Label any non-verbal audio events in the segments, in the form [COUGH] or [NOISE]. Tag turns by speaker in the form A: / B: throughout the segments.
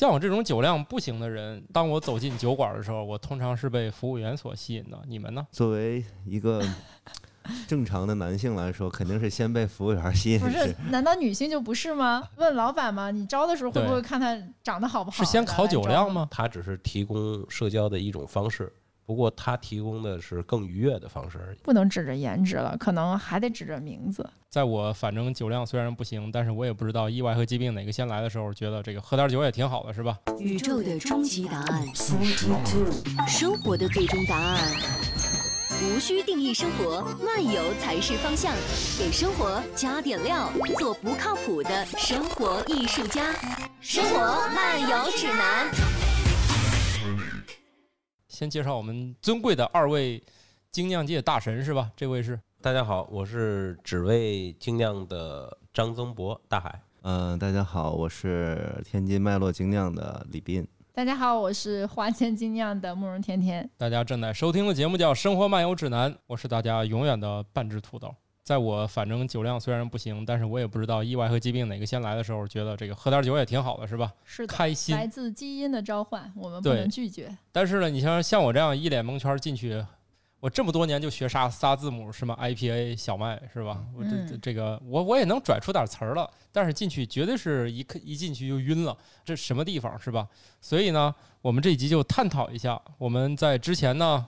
A: 像我这种酒量不行的人，当我走进酒馆的时候，我通常是被服务员所吸引的。你们呢？
B: 作为一个正常的男性来说，肯定是先被服务员吸引
C: 不是
B: 是？
C: 难道女性就不是吗？问老板吗？你招的时候会不会
A: 对
C: 看他长得好不
A: 是
C: 好？
A: 先
C: 哦来
A: 考酒量？
C: 来招
A: 吗？
D: 它只是提供社交的一种方式，不过它提供的是更愉悦的方式而已。
C: 不能指着颜值了，可能还得指着名字。
A: 在我反正酒量虽然不行，但是我也不知道意外和疾病哪个先来的时候，觉得这个喝点酒也挺好的，是吧？
E: 宇宙的终极答案，生活的最终答案。无需定义生活，漫游才是方向。给生活加点料，做不靠谱的生活艺术家。生活漫游指南。
A: 先介绍我们尊贵的二位精酿界大神，是吧？这位是
D: 大家好，我是只为精酿的张增博，大海。
B: 嗯、大家好，我是天津麦洛精酿的李斌。
C: 大家好，我是花间精酿的慕容甜甜。
A: 大家正在收听的节目叫《生活漫游指南》，我是大家永远的半只土豆。在我反正酒量虽然不行，但是我也不知道意外和疾病哪个先来的时候，觉得这个喝点酒也挺好的，是吧？
C: 是的，
A: 开心
C: 来自基因的召唤，我们不
A: 对
C: 能拒绝。
A: 但是呢，你像像我这样一脸蒙圈进去，我这么多年就学仨仨字母，什么 IPA、小麦，是吧？我这、这
C: 嗯
A: 这个我我也能拽出点词儿了，但是进去绝对是一看一进去就晕了，这什么地方是吧？所以呢，我们这一集就探讨一下，我们在之前呢，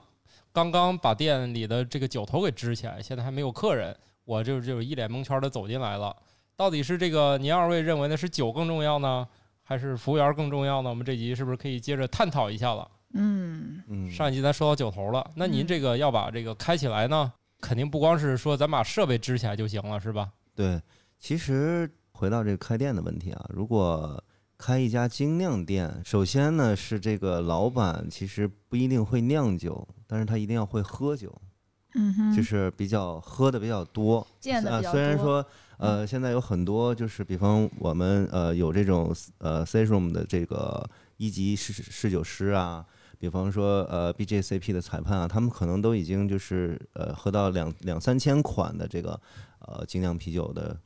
A: 刚刚把店里的这个酒头给支起来，现在还没有客人，我就就一脸蒙圈的走进来了。到底是这个您二位认为的是酒更重要呢，还是服务员更重要呢？我们这集是不是可以接着探讨一下了？
C: 嗯，
B: 嗯，
A: 上一集咱说到九头了，那您这个要把这个开起来呢，肯定不光是说咱把设备支起来就行了，是吧？
B: 对，其实回到这个开店的问题啊，如果开一家精酿店，首先呢是这个老板其实不一定会酿酒，但是他一定要会喝酒，
C: 嗯哼，
B: 就是比较喝的比较多。
C: 见的
B: 啊
C: 比，较多。嗯
B: 虽然说呃，现在有很多就是，比方我们呃有这种呃 C room 的这个一级侍侍酒师啊，比方说呃 BJCP 的裁判啊，他们可能都已经就是呃喝到两两三千款的这个呃精酿啤酒的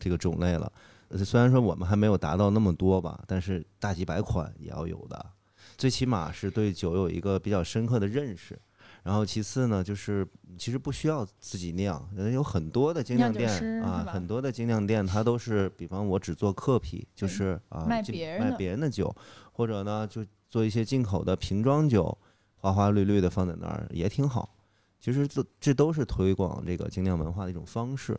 B: 这个种类了。呃虽然说我们还没有达到那么多吧，但是大几百款也要有的，最起码是对酒有一个比较深刻的认识。然后其次呢，就是其实不需要自己酿，人有很多的精酿
C: 酿酒
B: 店
C: 师是
B: 啊
C: 吧，
B: 很多的精酿店它都是，比方我只做客啤，就是啊
C: 卖
B: 进
C: 别人
B: 卖
C: 的
B: 别人的酒，或者呢就做一些进口的瓶装酒，花花绿绿的放在那儿也挺好。其实这这都是推广这个精酿文化的一种方式。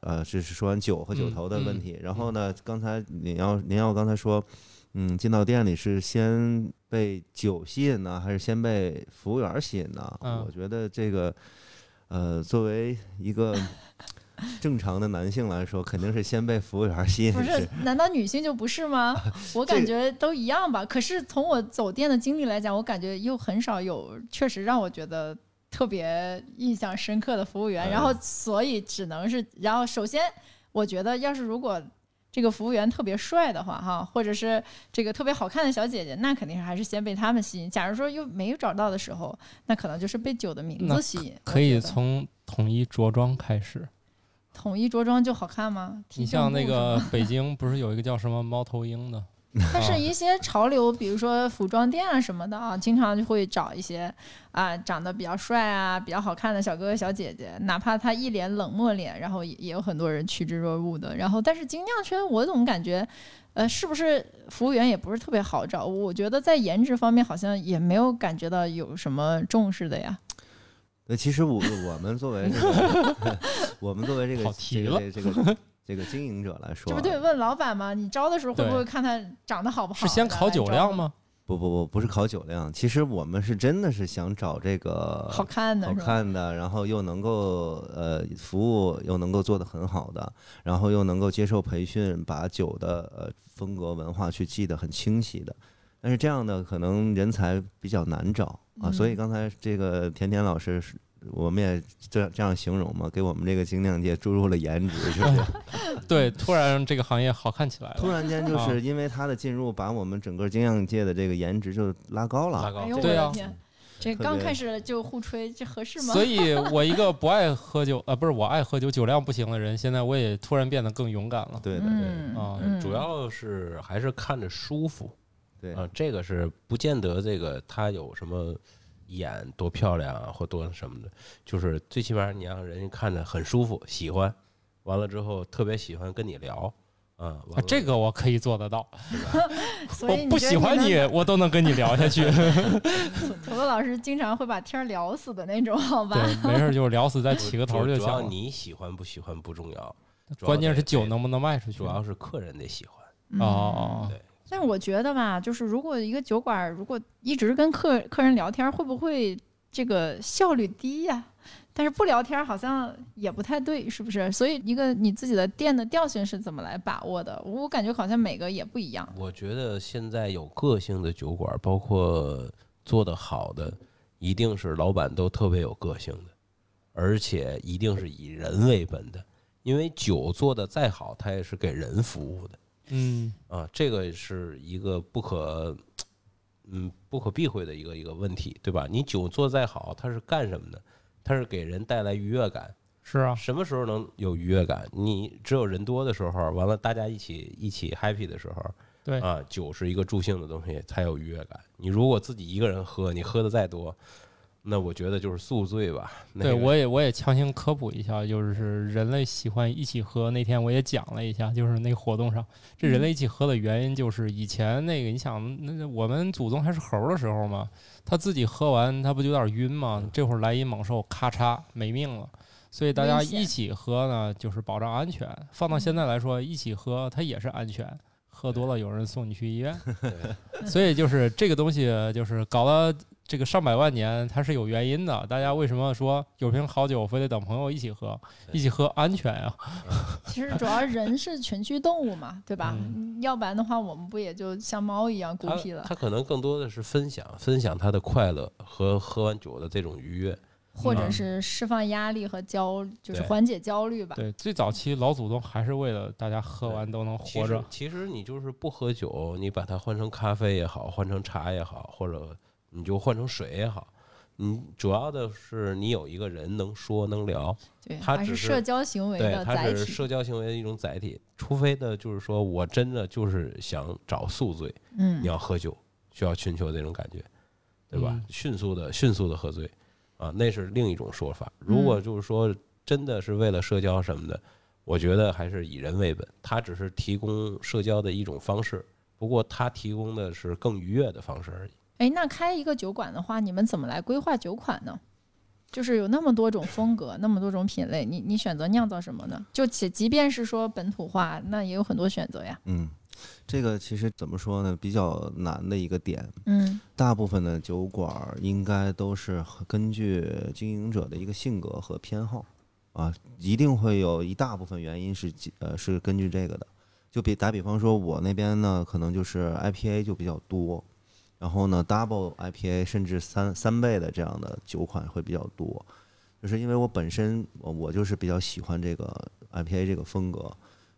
B: 呃，这是说完酒和
C: 嗯
B: 酒头的问题。然后呢，刚才您要您要刚才说，嗯，进到店里是先被酒吸引呢，还是先被服务员吸引呢？
A: 嗯
B: 我觉得这个，呃，作为一个正常的男性来说，肯定是先被服务员吸引。
C: 不是，难道女性就不
A: [LAUGHS]
C: 是吗？我感觉都一样吧。可是从我走店的经历来讲，我感觉又很少有确实让我觉得特别印象深刻的服务员。
B: 嗯
C: 然后，所以只能是，然后首先我觉得，要是如果这个服务员特别帅的话，哈，或者是这个特别好看的小姐姐，那肯定还是先被他们吸引。假如说又没有找到的时候，那可能就是被酒的名
A: 那
C: 字吸引。
A: 可以
C: 我觉得
A: 从统一着装开始。
C: 统一着装就好看吗？
A: 你
C: 提
A: 像
C: 正
A: 那
C: 步是吗
A: 个北京不是有一个叫什么猫头鹰
C: [LAUGHS]
A: 的？
C: 它
A: 啊
C: 是一些潮流，比如说服装店啊什么的啊，经常就会找一些啊长得比较帅啊、比较好看的小哥哥小姐姐，哪怕他一脸冷漠脸，然后也也有很多人趋之若鹜的。然后，但是精酿圈我总感觉，呃，是不是服务员也不是特别好找？我觉得在颜值方面好像也没有感觉到有什么重视的呀。
B: 那其实我我们作为这
C: [LAUGHS]
B: 个我们作为这个
A: 跑题
B: 这
A: 了
B: 个这个这个经营者来说
C: 这
B: 啊，
C: 不对，问老板吗？你招的时候会不
A: 对
C: 会看他长得好不
A: 啊
C: 好？
A: 是先
C: 然后
A: 考
C: 来
A: 酒
C: 招
A: 量
C: 的？
A: 吗？ [LAUGHS]
B: 不不不，不是考酒量，其实我们是真的是想找这个
C: 好看的
B: 好
C: 是吧？
B: 看的，然后又能够呃服务又能够做得很好的，然后又能够接受培训，把酒的呃风格文化去记得很清晰的。但是这样的可能人才比较难找啊，所
C: 嗯
B: 以刚才这个甜甜老师是。我们也这这样形容嘛，给我们这个精酿界注入了颜值，是不
D: [LAUGHS]
B: 是？
A: 对，突然让这个行业好看起来
B: 突
A: 了。
B: 然间
D: 啊
B: 就是因为他的进入，把我们整个精酿界的这个颜值就拉高了。
D: 拉高
C: 哎呦我
A: 对
C: 的
A: 啊
C: 天！这
B: 特
C: 刚
B: 别
C: 开始就互吹，这合适吗？
A: 所以，我一个不爱喝酒，呃，不是我爱喝酒，酒量不行的人，现在我也突然变得更勇敢了。
B: 对的，对的
C: 嗯
A: 啊
C: 嗯
D: 主要是还是看着舒服，
B: 对
D: 啊，这个是不见得这个她有什么演多漂亮啊，或多什么的，就是最起码你让人家看着很舒服，喜欢，完了之后特别喜欢跟你聊，啊，完
A: 啊
D: 了
A: 这个我可以做得到，
C: 所以
A: 我不
C: 觉得
A: 喜欢
C: 能
A: 你，我都能跟你聊
C: [LAUGHS]
A: 下去。
C: 土豆老师经常会把天儿聊死的那种，好吧？
A: 对，没事儿就聊死再起个头
D: 主
A: 就行
D: 主要
A: 了。
D: 你喜欢不喜欢不重要，主要
A: 关键
D: 得
A: 是酒
D: 得
A: 能不能卖出去？啊
D: 主要是客人得喜欢。
C: 嗯
A: 哦，
C: 但是我觉得吧，就是如果一个酒馆儿如果一直跟客客人聊天儿，会不会这个效率低呀、但是不聊天儿好像也不太对，是不是？所以一个你自己的店的调性是怎么来把握的？我感觉好像每个也不一样。
D: 我觉得现在有个性的酒馆，包括做得好的，一定是老板都特别有个性的，而且一定是以人为本的。因为酒做的再好，它也是给人服务的
A: 嗯，
D: 啊，这个是一个不可，嗯，不可避讳的一个一个问题，对吧？你酒做再好，它是干什么的？它是给人带来愉悦感，
A: 是啊，
D: 什么时候能有愉悦感？你只有人多的时候，完了大家一起一起 happy 的时候，
A: 对
D: 啊，酒是一个助兴的东西，才有愉悦感。你如果自己一个人喝，你喝的再多，那我觉得就是宿醉吧。那
A: 对，
D: 个
A: 我也我也强行科普一下，就是人类喜欢一起喝。那天我也讲了一下，就是那活动上，这人类一起喝的原因，就是以前那个你想，那那我们祖宗还是猴儿的时候嘛，他自己喝完他不就有点晕嘛，这会儿来一猛兽，咔嚓没命了。所以大家
C: 危险
A: 一起喝呢，就是保障安全。放到现在来说，一起喝它也是安全。喝多了有人送你去医院，所以就是这个东西，就是搞了这个上百万年，它是有原因的。大家为什么说有瓶好酒非得等朋友一起喝？一起喝安全呀、
C: 其实主要人是群居动物嘛，对吧？
A: 嗯
C: 嗯要不然的话，我们不也就像猫一样孤僻
D: 他
C: 了？
D: 他可能更多的是分享，分享他的快乐和喝完酒的这种愉悦。
C: 或者是释放压力和焦，就是
D: 对
C: 缓解焦虑吧。
A: 对，最早期老祖宗还是为了大家喝完都能
D: 其
A: 活
D: 实
A: 着。
D: 其实你就是不喝酒，你把它换成咖啡也好，换成茶也好，或者你就换成水也好。你主要的是你有一个人能说能聊，
C: 对，
D: 他
C: 还
D: 只
C: 是
D: 是
C: 社交行为
D: 对，
C: 的
D: 它
C: 载
D: 是
C: 体。
D: 社交行为的一种载体。除非呢，就是说我真的就是想找宿醉，
C: 嗯
D: 你，要喝酒，需要寻求这种感觉，对吧？
A: 嗯
D: 迅速的、迅速的喝醉，啊，那是另一种说法。如
C: 嗯
D: 果就是说真的是为了社交什么的，我觉得还是以人为本，它只是提供社交的一种方式。不过，它提供的是更愉悦的方式而已。
C: 哎，那开一个酒馆的话，你们怎么来规划酒款呢？就是有那么多种风格，那么多种品类，你你选择酿造什么呢？就且即便是说本土化，那也有很多选择呀。
B: 嗯，这个其实怎么说呢，比较难的一个点。
C: 嗯
B: 大部分的酒馆儿应该都是根据经营者的一个性格和偏好啊，一定会有一大部分原因是基呃是根据这个的。就比打比方说，我那边呢可能就是 IPA 就比较多，然后呢 Double IPA 甚至三三倍的这样的酒款会比较多，就是因为我本身我我就是比较喜欢这个 IPA 这个风格，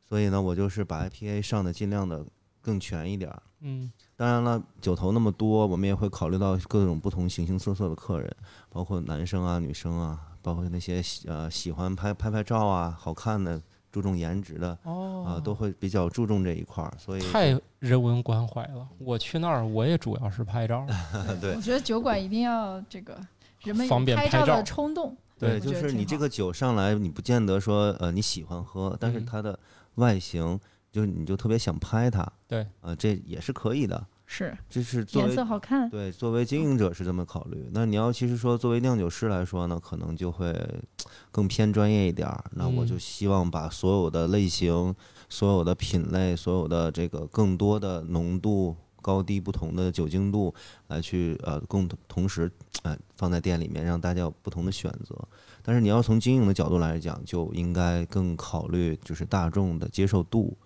B: 所以呢我就是把 IPA 上的尽量的更全一点儿。
A: 嗯，
B: 当然了，酒头那么多，我们也会考虑到各种不同形形色色的客人，包括男生啊、女生啊，包括那些喜呃喜欢拍拍拍照啊、好看的、注重颜值的
A: 哦
B: 啊、都会比较注重这一块儿。所以，
A: 太人文关怀了。我去那儿，我也主要是拍照。
B: 哎对
C: 我觉得酒馆一定要这个人们
A: 方
C: 有
A: 便
C: 拍
A: 拍
C: 照的
A: 照
C: 冲动。
B: 对，
C: 我
B: 就
C: 觉得
B: 是
C: 挺
B: 你这
C: 好
B: 个酒上来，你不见得说呃你喜欢喝，但是
A: 嗯
B: 它的外形就是你就特别想拍它，
A: 对，
B: 呃，这也是可以的。
C: 是
B: 这是作
C: 颜
B: 为
C: 色好看，
B: 对，作为经营者是这么考虑。那你要其实说作为酿酒师来说呢，可能就会更偏专业一点儿。那我就
A: 嗯
B: 希望把所有的类型、所有的品类、所有的这个更多的浓度、高低不同的酒精度来去呃共同同时呃放在店里面，让大家有不同的选择。但是你要从经营的角度来讲，就应该更考虑就是大众的接受度。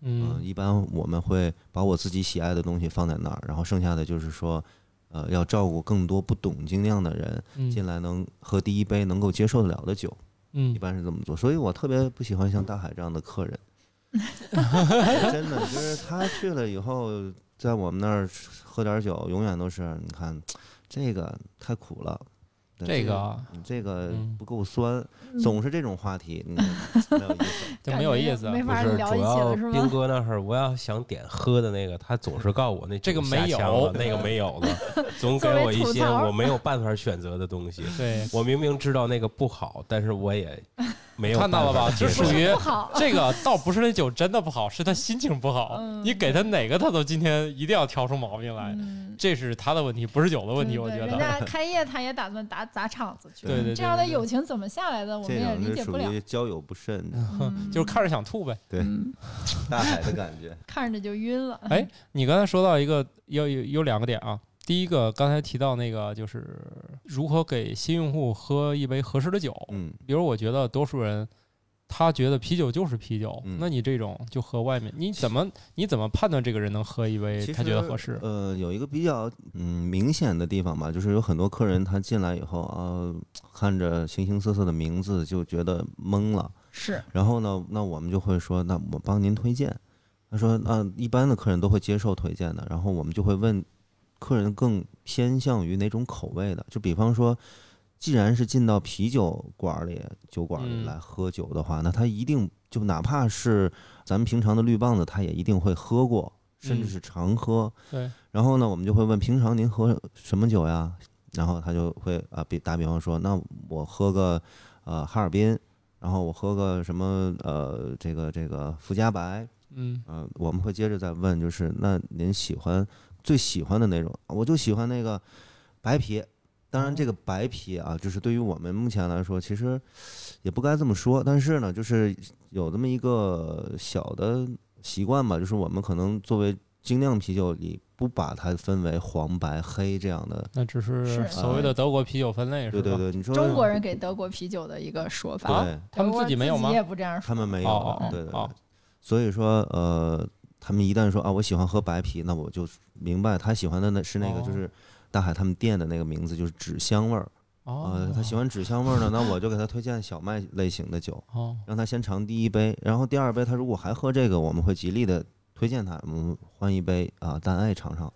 B: 嗯，
A: 嗯，
B: 一般我们会把我自己喜爱的东西放在那儿，然后剩下的就是说，呃，要照顾更多不懂精酿的人进
A: 嗯
B: 来能喝第一杯能够接受得了的酒，一
A: 嗯，
B: 般是这么做。所以我特别不喜欢像大海这样的
A: [LAUGHS]
B: 客人，真的就是他去了以后，在我们那儿喝点儿酒，永远都是你看这个太苦了，但
A: 这个啊
B: 你这个
A: 嗯
B: 不够酸，
C: 嗯
B: 总是这种话题，嗯，没有意思。
A: 就没有意思。
C: 没
D: 不
C: 法
D: 是，
C: 聊
D: 主
C: 一起
D: 要
C: 了是
D: 斌
C: 吗？
D: 哥那会儿，我要想点喝的那个，他总是告诉我那
A: 这个
D: 酒下
A: 没有
D: 枪了那个没有了，
C: [LAUGHS]
D: 总给
C: 作为
D: 我一
C: 吐
D: 些
C: 槽 [LAUGHS]
D: 我没有办法选择的
A: [LAUGHS]
D: 东西。
A: 对，
D: 我明明知道那个不好，但是
C: [LAUGHS]
D: 我也没有
A: 看到了吧
D: 办法
A: 这
D: 接受
A: 属于
C: 不好， [LAUGHS]
A: 这个倒不是那酒真的不好，是他心情不好。
C: 嗯
A: 你给他哪个，他都今天一定要挑出毛病来，
C: 嗯，
A: 这是他的问题，不是酒的问题。
C: 对
A: 我觉
C: 对
A: 得
C: 人，家开业他也打算打砸场子去，
A: 对对对，
C: 这样的
A: 对
C: 友情怎么下来的，我们
B: 这
C: 也理
B: 种
C: 解
B: 就
C: 不
B: 属
C: 了。
B: 于交友不慎，
A: [LAUGHS]
C: 嗯
A: 就是看着想吐呗。
B: 对
C: 嗯
B: 大海的感觉。
C: 看着就晕了。
A: 哎，你刚才说到一个，有有有两个点啊。第一个，刚才提到那个就是如何给新用户喝一杯合适的酒。
B: 嗯，
A: 比如，我觉得多数人他觉得啤酒就是啤酒，
B: 嗯
A: 那你这种就喝外面，你怎么你怎么判断这个人能喝一杯
B: 其
A: 哎他觉得
B: 实
A: 合适？
B: 呃，有一个比较嗯明显的地方吧，就是有很多客人他进来以后啊、看着形形色色的名字就觉得懵了。
C: [LAUGHS] 是，
B: 然后呢，那我们就会说，那我帮您推荐。他说，那一般的客人都会接受推荐的，然后我们就会问客人更偏向于哪种口味的。就比方说，既然是进到啤酒馆儿里、酒馆儿里
A: 嗯
B: 来喝酒的话，那他一定就哪怕是咱们平常的绿棒子，他也一定会喝过，甚
A: 嗯
B: 至是常喝。
A: 对，
B: 然后呢，我们就会问平常您喝什么酒呀？然后他就会啊，比打比方说，那我喝个呃哈尔滨，然后我喝个什么呃这个这个福加白，
A: 嗯
B: 呃，我们会接着再问，就是那您喜欢最喜欢的那种？我就喜欢那个白啤。当然，这
C: 哦
B: 个白啤啊，就是对于我们目前来说，其实也不该这么说。但是呢，就是有这么一个小的习惯吧，就是我们可能作为精酿啤酒里不把它分为黄、白、黑这样的。
A: 那只是
C: 是
A: 所谓的德国啤酒分类，是吧？
B: 啊对对对，你说
C: 中国人给德国啤酒的一个说法。啊
B: 对，
A: 他们
C: 我
A: 自己没有吗
C: 也不这样说。
B: 他们没有
A: 哦哦哦
B: 的，对对
A: 哦
B: 对。所以说，呃，他们一旦说啊，我喜欢喝白啤，那我就明白他喜欢的那是那个
A: 哦
B: 就是大海他们店的那个名字，就是纸香味儿。
A: 哦
B: 呃，，他喜欢纸香味儿呢， [LAUGHS] 那我就给他推荐小麦类型的酒，
A: 哦，
B: 让他先尝第一杯，然后第二杯他如果还喝这个，我们会极力的推荐他，我们换一杯啊淡爱尝尝，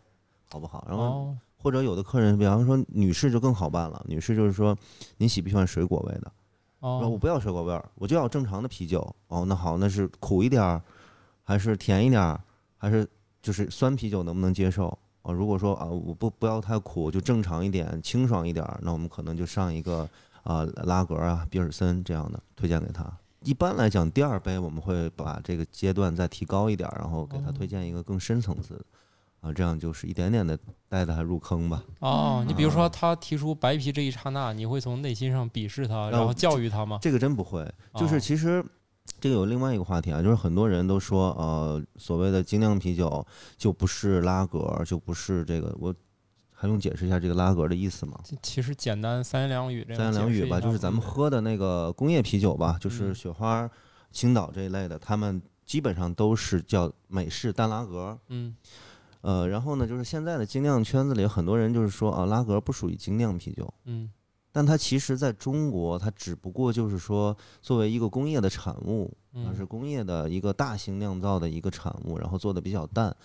B: 好不好？然后
A: 哦，
B: 或者有的客人，比方说女士就更好办了，女士就是说您喜不喜欢水果味的？说我
A: 哦，
B: 不要水果味儿，我就要正常的啤酒。哦，那好，那是苦一点儿，还是甜一点儿，还是就是酸啤酒能不能接受？哦，如果说啊，我不不要太苦，就正常一点，清爽一点儿，那我们可能就上一个啊、拉格啊、比尔森这样的推荐给他。一般来讲，第二杯我们会把这个阶段再提高一点儿，然后给他推荐一个更深层次的，啊，这样就是一点点的带他入坑吧。
A: 哦，你比如说
B: 嗯
A: 他提出白啤这一刹那，你会从内心上鄙视他，
B: 让
A: 然后
B: 我
A: 教育他吗？
B: 这个真不会，就
A: 哦
B: 是其实这个有另外一个话题啊，就是很多人都说，呃，所谓的精酿啤酒就不是拉格，就不是这个，我还用解释一下这个拉格的意思吗？
A: 其其实简单三言两语这样
B: 三言两
A: 解释
B: 语
A: 一
B: 吧，
A: 下
B: 就是咱们
A: 嗯
B: 喝的那个工业啤酒吧，就是
A: 嗯
B: 雪花、青岛这一类的，他们基本上都是叫美式单拉格。
A: 嗯
B: 呃，然后呢，就是现在的精酿圈子里，很多人就是说啊，拉格不属于精酿啤酒，
A: 嗯
B: 但它其实在中国，它只不过就是说作为一个工业的产物，它
A: 嗯，
B: 啊是工业的一个大型酿造的一个产物，然后做的比较淡。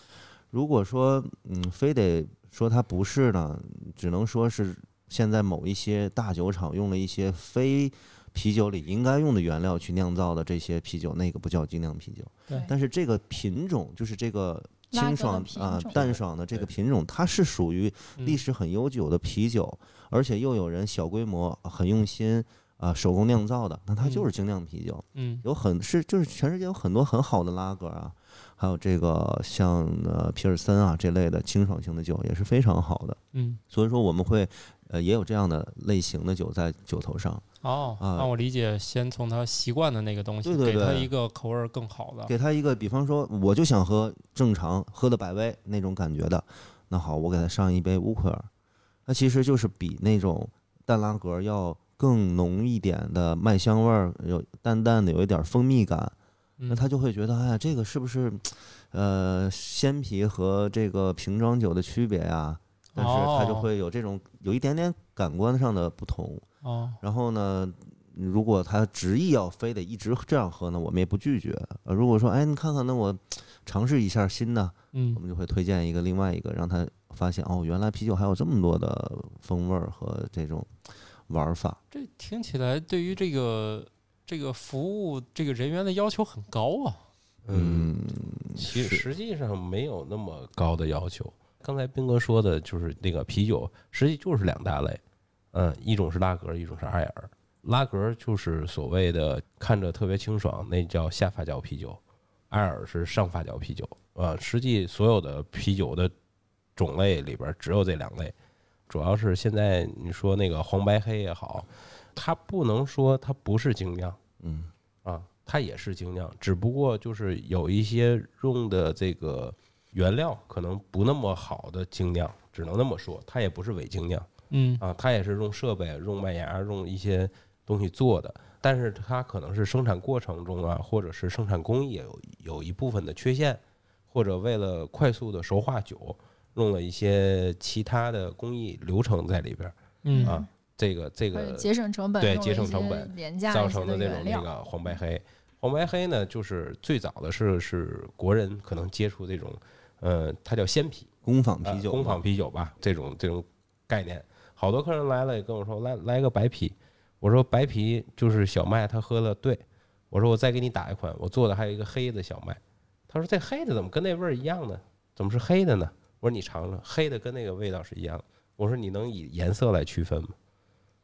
B: 如果说嗯，非得说它不是呢，只能说是现在某一些大酒厂用了一些非啤酒里应该用的原料去酿造的这些啤酒，那个不叫精酿啤酒。
A: 对
B: 但是这个品种就是这个。
C: 拉格的
B: 清爽
C: 品
B: 啊
C: 种，嗯
B: 淡爽的这个品种，它是属于
A: 嗯
B: 历史很悠久的啤酒，而且又有人小规模、很用心啊、手工酿造的，那它就是精酿啤酒。
A: 嗯
B: 有很是就是全世界有很多很好的拉格啊，还有这个像呃皮尔森啊这类的清爽型的酒也是非常好的。
A: 嗯
B: 所以说我们会呃也有这样的类型的酒在酒头上，
A: 哦，
B: 啊
A: 那我理解，先从他习惯的那个东西，
B: 对对
A: 给他
B: 对
A: 一个口味儿更好的，
B: 给他一个比方说我就想喝正常喝的百威那种感觉的，那好，我给他上一杯乌奎尔，那其实就是比那种淡拉格要更浓一点的麦香味儿，有淡淡的有一点蜂蜜感，
A: 嗯
B: 那他就会觉得，哎呀，这个是不是，呃，鲜啤和这个瓶装酒的区别呀？但是他就
A: 哦
B: 会有这种有一点点感官上的不同。
A: 哦
B: 然后呢，如果他执意要非得一直这样喝呢，我们也不拒绝。呃，如果说，哎，你看看，那我尝试一下新的，
A: 嗯
B: 我们就会推荐一个另外一个，让他发现哦，原来啤酒还有这么多的风味儿和这种玩法。
A: 这听起来对于这个这个服务这个人员的要求很高啊。
D: 嗯，
B: 嗯，
D: 其
B: 是
D: 实实际上没有那么高的要求。刚才斌哥说的就是那个啤酒，实际就是两大类，嗯，一种是拉格，一种是艾尔。拉格就是所谓的看着特别清爽，那叫下发酵啤酒；艾尔是上发酵啤酒。啊，实际所有的啤酒的种类里边只有这两类，主要是现在你说那个黄白黑也好，它不能说它不是精酿，
B: 嗯
D: 啊，它也是精酿，只不过就是有一些用的这个原料可能不那么好的精酿，只能那么说，它也不是伪精酿
A: 嗯
D: 啊，它也是用设备、用麦芽、用一些东西做的，但是它可能是生产过程中啊，或者是生产工艺有有一部分的缺陷，或者为了快速的熟化酒，用了一些其他的工艺流程在里边儿
A: 嗯
D: 啊，这个这
C: 或
D: 个
C: 者节省成本，
D: 对
C: 用了
D: 节省
C: 一
D: 成
C: 些
D: 本
C: 廉价
D: 造
C: 一些
D: 成
C: 的
D: 的那
C: 原
D: 种那
C: 料
D: 个黄白黑。黄白黑呢，就是最早的是是国人可能接触这种，呃，它叫鲜啤，
B: 工坊
D: 呃
B: 嗯啤酒嘛，
D: 工坊啤酒吧，这种这种概念。好多客人来了也跟我说，来来个白啤，我说白啤就是小麦，他喝了对，我说我再给你打一款，我做的还有一个黑的小麦，他说这黑的怎么跟那味儿一样呢？怎么是黑的呢？我说你尝尝，黑的跟那个味道是一样的。我说你能以颜色来区分吗？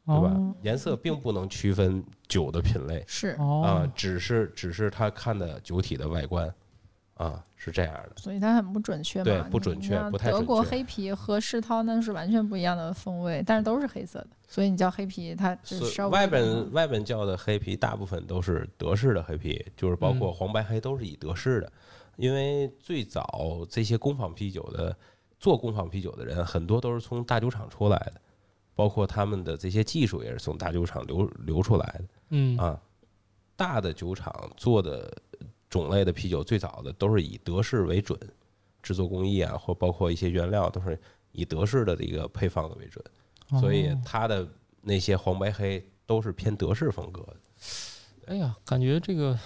A: 哦
D: 对吧？
C: 哦
D: 颜色并不能区分酒的品类
C: 是，
D: 啊、
A: 哦，
D: 只是只是他看的酒体的外观啊，是这样的。
C: 所以它很不准确嘛，
D: 对不
C: 你
D: 准
C: 你
D: 确
C: 像
D: 不太
C: 德
D: 准
C: 国
D: 确
C: 黑啤和世涛那是完全不一样的风味，但是都是黑色的，所以你叫黑啤，它就是
D: 所
C: 稍
D: 以
C: 微嗯
D: 外
C: 不一
D: 边
C: 样
D: 外边叫的黑啤，大部分都是德式的黑啤，就是包括
A: 嗯
D: 黄白黑都是以德式的，因为最早这些工坊啤酒的做工坊啤酒的人，很多都是从大酒厂出来的，包括他们的这些技术也是从大酒厂流流出来的。
A: 嗯
D: 啊，大的酒厂做的种类的啤酒，最早的都是以德式为准，制作工艺啊，或包括一些原料都是以德式的这个配方的为准，啊所以
A: 哦
D: 它的那些黄白黑都是偏德式风格的。
A: 哎呀，感觉这个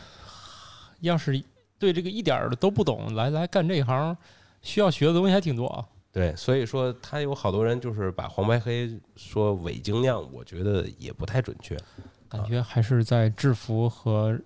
A: 要是对这个一点儿都不懂，来来干这一行，需要学的东西还挺多啊。
D: 对，所以说他有好多人就是把黄白黑说伪精酿，我觉得也不太准
C: 嗯
D: 确。
A: 感觉还是在制服和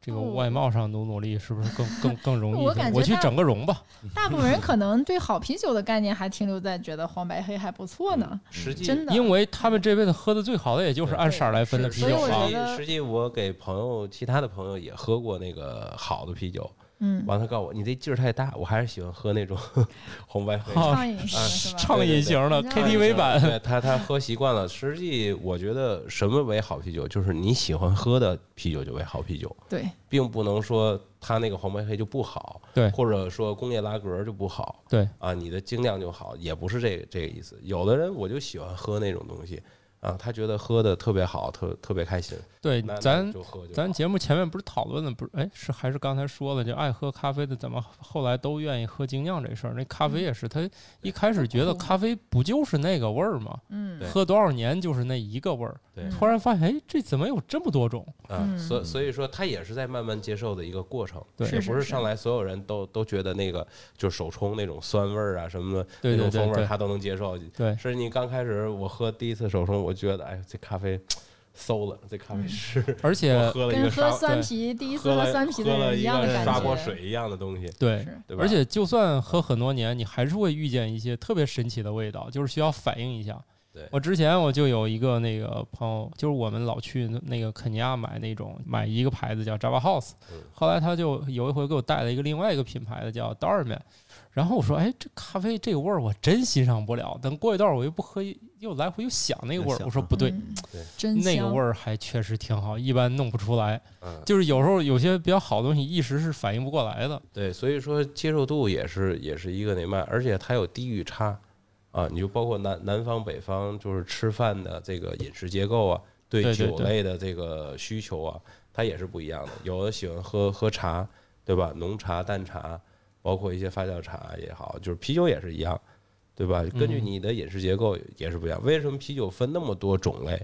A: 这个
C: 哦
A: 外貌上努努力，是不是更更更容易一
C: 我
A: 些？
C: 感
A: 我
C: 觉
A: 去
C: 大
A: 整个容吧。
C: 大部分人可能对好啤酒的概念还停留在觉得黄白黑还不错呢，
D: 实际
C: 真的，
A: 因为他们这辈子喝的最好的，也就是按色儿来分的啤酒
D: 是
C: 所以我
A: 了
C: 觉。得
D: 实际我给朋友其他的朋友也喝过那个好的啤酒，
C: 嗯，
D: 完，他告诉我你这劲儿太大，我还是喜欢喝那种 [LAUGHS] 红白黑。
A: 啊
C: 畅饮式的是吧？
A: 畅饮型的
C: 对对对
A: KTV 版，
D: 对他，他喝习惯了。实际我觉得什么为好啤酒，就是你喜欢喝的啤酒就为好啤酒，
C: 对，
D: 并不能说他那个红白黑就不好，
A: 对
D: 或者说工业拉格就不好，
A: [LAUGHS] 对
D: 啊，你的精酿就好，也不是这个这个意思。有的人我就喜欢喝那种东西啊，他觉得喝的特别好，特特别开心，
A: 对
D: 那，那
A: 咱
D: 就喝就
A: 咱
D: 好
A: 节目前面不是讨论的，不是哎，是还是刚才说了，就爱喝咖啡的怎么后来都愿意喝精酿这事儿？那咖啡也是，他
D: 嗯
A: 一开始觉得咖啡不就是那个味儿吗？
C: 嗯
D: 对
A: 喝多少年就是那一个味儿，
D: 对
C: 嗯
A: 突然发现哎，这怎么有这么多种？
D: 啊，所所以说他也是在慢慢接受的一个过程，
A: 嗯对
D: 也
C: 是
D: 不
C: 是
D: 是
C: 是
D: 上来所有人都都觉得那个就是手冲那种酸味儿啊什么的
A: 对
D: 那
A: 对
D: 种
A: 对
D: 风味儿
A: 对
D: 他都能接受。
A: 对，
D: 是你刚开始我喝第一次手冲，我觉得哎呦这咖啡馊了，这咖啡是
A: 而且
D: 我喝了一
C: 跟
D: 个
C: 喝
D: 沙
A: 嗯对啊
C: 酸啤第一次
D: 喝了
C: 酸啤的
D: 喝了
C: 人
D: 一
C: 样的
D: 个
C: 感觉，
D: 砂锅水一样的东西，
A: 对。
C: 是
D: 对吧？
A: 而且，就算喝很多年，你还是会遇见一些特别神奇的味道，就是需要反应一下。
D: 对
A: 我之前我就有一个那个朋友，就是我们老去那个肯尼亚买那种买一个牌子叫 Java House，
D: 嗯
A: 后来他就有一回给我带了一个另外一个品牌的叫 Darman，然后我说哎这咖啡这个味儿我真欣赏不了，等过一段儿我又不喝又来回又想那个味
B: 又
A: 儿，
B: 想
A: 我说不对，
C: 嗯
D: 对，
C: 真
A: 那个
C: 香
A: 味儿还确实挺好，一般弄不出来，
D: 嗯，
A: 就是有时候有些比较好的东西一时是反应不过来的。
D: 对，所以说接受度也是也是一个那嘛，而且它有地域差啊，你就包括南南方北方，就是吃饭的这个饮食结构啊，对
A: 对对
D: 酒
A: 对
D: 类的这个需求啊，它也是不一样的。有的喜欢喝喝茶，对吧？浓茶、淡茶，包括一些发酵茶也好，就是啤酒也是一样，对吧？根据
A: 嗯
D: 你的饮食结构也是不一样。为什么啤酒分那么多种类？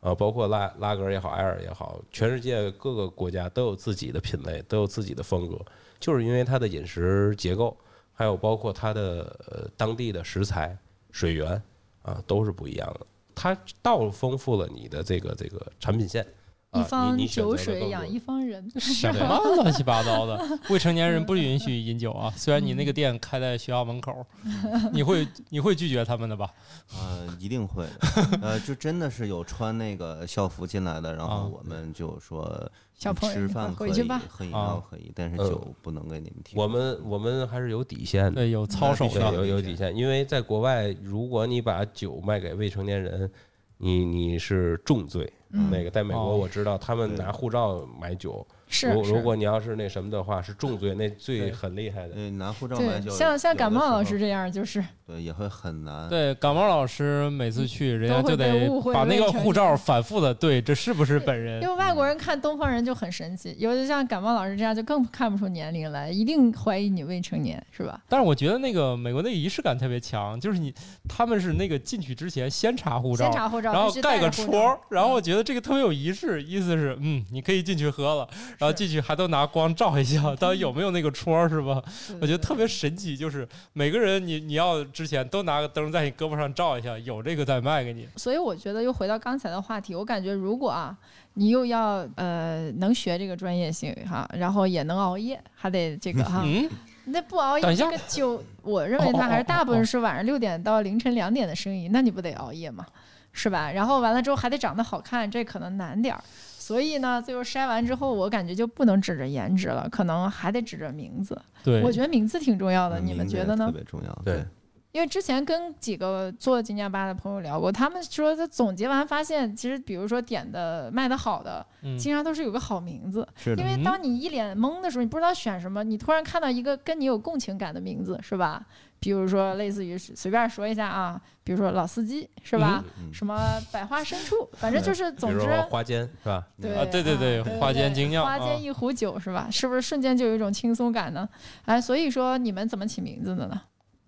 D: 啊，包括拉拉格也好，艾尔也好，全世界各个国家都有自己的品类，都有自己的风格。就是因为它的饮食结构，还有包括它的呃当地的食材、水源啊，都是不一样的。它倒丰富了你的这个这个产品线。啊
C: 一
D: 你
C: 方
D: 你选择
C: 酒
D: 的
C: 水
D: 更
C: 养
D: 多
C: 一方人，
A: [LAUGHS] 什么乱七八糟的？未成年人不允许饮酒啊！虽然你
C: 嗯
A: 那个店开在学校门口， [LAUGHS] 你会你会拒绝他们的吧？
B: 呃，一定会的。 [LAUGHS] 呃，就真的是有穿那个校服进来的，然
A: 啊
B: 后我们就说
C: 小朋友
B: 吃
C: 你快
B: 饭可
C: 回去
B: 以
C: 吧，
B: 喝饮
A: 啊
B: 料可以，但是
D: 呃
B: 酒不能给你们提供。
D: 我们我们还是有底线的，
A: 对，有操守
B: 懂
D: 对
B: 的
A: 的，
D: 有有底线，因为在国外，如果你把酒卖给未成年人，你你是重罪。
C: 嗯
D: 那个在美
A: 哦
D: 国，我知道他们
B: 对
D: 拿护照买酒，
C: 是
D: 如如
C: 是。
D: 果你要是那什么的话，是重罪，那罪
A: 对
D: 很厉害的。
B: 呃，拿护照买
C: 对，
B: 酒，
C: 像像
B: 有
C: 感
B: 的
C: 冒
B: 时
C: 老
B: 候
C: 师这样，就是
B: 对也会很难。
A: 对，感冒老师每次去，人家就
C: 都会被
A: 得
C: 误会
A: 把那
C: 为
A: 个
C: 成
A: 护
C: 年
A: 照
C: 人
A: 反复的对，这是不是本
C: 因
A: 人？
C: 为外国人看东方人就很神奇，尤其像感冒老师这样，就更看不出年龄来，一定怀疑你未成年，是吧？
A: 但是我觉得那个美国那个仪式感特别强，就是你他们是那个进去之前先查护照
C: 先，查护照，
A: 然后
C: 必须带
A: 盖个
C: 着护
A: 戳
C: 照嗯
A: 儿，然后我觉得这个特别有仪式，意思是嗯，你可以进去喝了，然后
C: 是
A: 进去还都拿光照一下，到底有没有那个戳儿是吧？
C: 对
A: 我觉得
C: 对
A: 特别神奇，就是每个人你你要之前都拿个灯在你胳膊上照一下，有这个再卖给你。
C: 所以我觉得又回到刚才的话题，我感觉如果啊，你又要呃能学这个专业性哈，然后也能熬夜，还得这个哈，
A: 嗯，
C: 那不熬
A: 等一
C: 夜
A: 下
C: 这个酒，我认为它还是大部分是晚上六点到凌晨两点的生意，那你不得熬夜吗？是吧？然后完了之后还得长得好看，这可能难点儿。所以呢，最后筛完之后，我感觉就不能指着颜值了，可能还得指着名字。
A: 对
C: 我觉得名字挺重要的，
B: 嗯
C: 你们
B: 名字
C: 觉
B: 也
C: 得呢
B: 特？别重要。
D: 对
B: 对，
C: 因为之前跟几个做金价吧的朋友聊过，他们说他总结完发现，其实比如说点的卖的好的，
A: 嗯
C: 经常都是有个好名字。
B: 是的
C: 因。为
A: 嗯
C: 当你一脸懵的时候，你不知道选什么，你突然看到一个跟你有共情感的名字，是吧？比如说类似于是随便说一下啊，比如说老司机，是吧？
B: 嗯
C: 什么百花深处，反正就是
D: 比
C: 总
D: 如
C: 之。
D: 说花间是吧？
C: 对
A: 啊对对对
C: 对
A: 花间
C: 对
A: 精酿
C: 花
A: 啊
C: 间一壶酒是吧？是不是瞬间就有一种轻松感呢？哎，所以说你们怎么起名字的呢？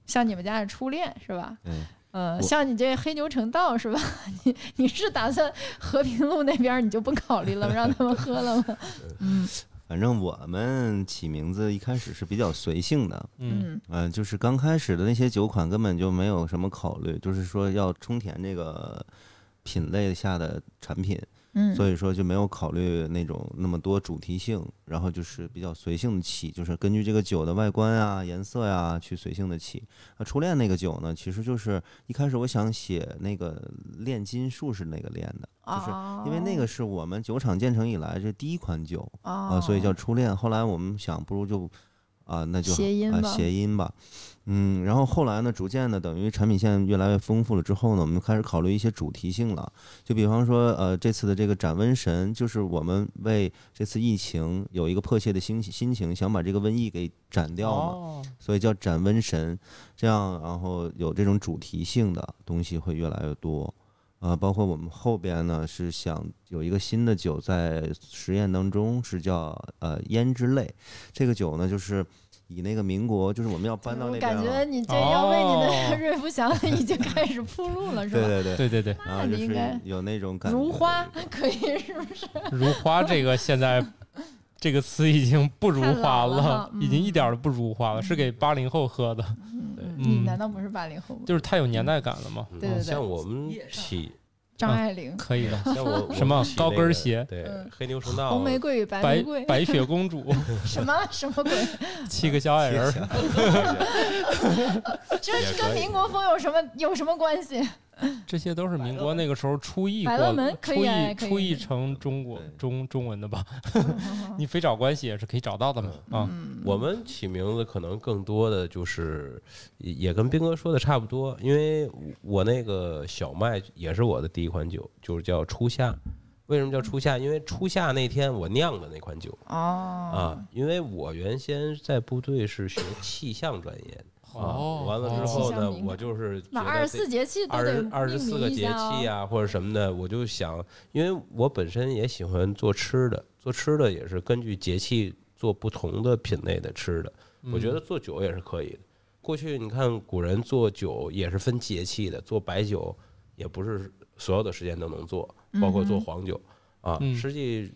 C: 像你们家是初恋是吧？
B: 嗯，
C: 嗯，
B: 我
C: 像你这黑牛城道是吧？ [LAUGHS] 你你是打算和平路那边儿你就不考虑了，让他们喝
B: [LAUGHS]
C: 了吗？嗯
B: 反正我们起名字一开始是比较随性的，
A: 嗯
C: 嗯
B: 嗯、就是刚开始的那些酒款根本就没有什么考虑，就是说要充填这个品类下的产品，
C: 嗯，
B: 所以说就没有考虑那种那么多主题性，然后就是比较随性的起，就是根据这个酒的外观啊、颜色呀、去随性的起。那初恋那个酒呢，其实就是一开始我想写那个炼金术士那个炼的，就是
C: 啊，
B: 因为那个是我们酒厂建成以来这第一款酒啊、
C: 啊
B: 所以叫初恋。后来我们想，不如就啊、那就
C: 谐音
B: 啊、
C: 吧
B: 谐音吧。嗯，然后后来呢，逐渐的，等于产品线越来越丰富了之后呢，我们开始考虑一些主题性了。就比方说，呃，这次的这个展瘟神，就是我们为这次疫情有一个迫切的心心情，想把这个瘟疫给斩掉嘛，
A: 哦
B: 所以叫斩瘟神。这样，然后有这种主题性的东西会越来越多。啊，包括我们后边呢是想有一个新的酒在实验当中，是叫呃胭脂泪。这个酒呢，就是以那个民国，就是我们要搬到
C: 我
B: 那边啊
C: 感
B: 了。
C: 觉你这要为你
A: 哦
C: 的 [LAUGHS] 瑞福祥已经开始铺
B: [LAUGHS]
C: 路了，是
B: 对
C: 吧？
B: 对对，
A: 对对对，
B: 然
C: 那
B: 后就
C: 你应该
B: 是有那种感觉
C: 如
B: 的
C: 花
B: 一个
C: 可以是不是？
A: 如花这个现在这个词已经不如
C: 太
A: 花
C: 老了哈
A: 已经
C: 嗯
A: 一点儿都不如花了，是给八零后喝的，
C: 嗯
A: 嗯
C: 你难道不是八零后吗？
A: 就是太有年代感了嘛。
D: 嗯
C: 对对对
D: 像我们
A: [LAUGHS]
D: 起
C: 张
A: 啊
C: 爱玲、
A: 可以的，
D: 像我我们
A: 什么
D: 起
A: 高
D: 那
A: 跟
D: 个
A: 鞋
D: 对
C: 嗯，
D: 黑
C: [LAUGHS]
D: 牛城道
C: 红玫瑰与白
A: 白
C: 玫瑰，
A: 白雪公
C: [LAUGHS]
A: 主，
C: 什么什么鬼？ [LAUGHS]
A: 七个小矮人儿，
C: 这
D: 也可
C: 跟
D: 以
C: 民国风有什么有什么关
A: [LAUGHS]
C: 系？ [LAUGHS]
A: 这些都是民国那个时候出译
C: 百
A: 过
C: 乐门
A: 的，
C: 可
A: 出
C: 以啊
A: 译
C: 可以嗯
A: 出译成中国
B: 对
A: 中中文的吧？你非找关系也是可以找到的嘛？
D: 嗯
A: 啊，
D: 我们起名字可能更多的就是也也跟斌哥说的差不多，因为我那个小麦也是我的第一款酒，就是叫初夏。为什么叫初夏？因为初夏那天我酿的那款酒
C: 哦，
D: 啊，因为我原先在部队是学气象专业的啊，
A: 哦
D: 完了之后
C: 气
D: 呢
C: 象，敏感
D: 我就是觉
C: 那
D: 得
C: 二十
D: 这
C: 四节气都
D: 二
C: 得
D: 十
C: 命
D: 二十四
C: 名
D: 个
C: 一
D: 节
C: 下哦
D: 气啊，或者什么的，我就想，因为我本身也喜欢做吃的，做吃的也是根据节气做不同的品类的吃的。我觉得做酒也是可以的。过去你看古人做酒也是分节气的，做白酒也不是所有的时间都能做，
C: 嗯
D: 包括做黄酒啊
A: 嗯。
D: 实际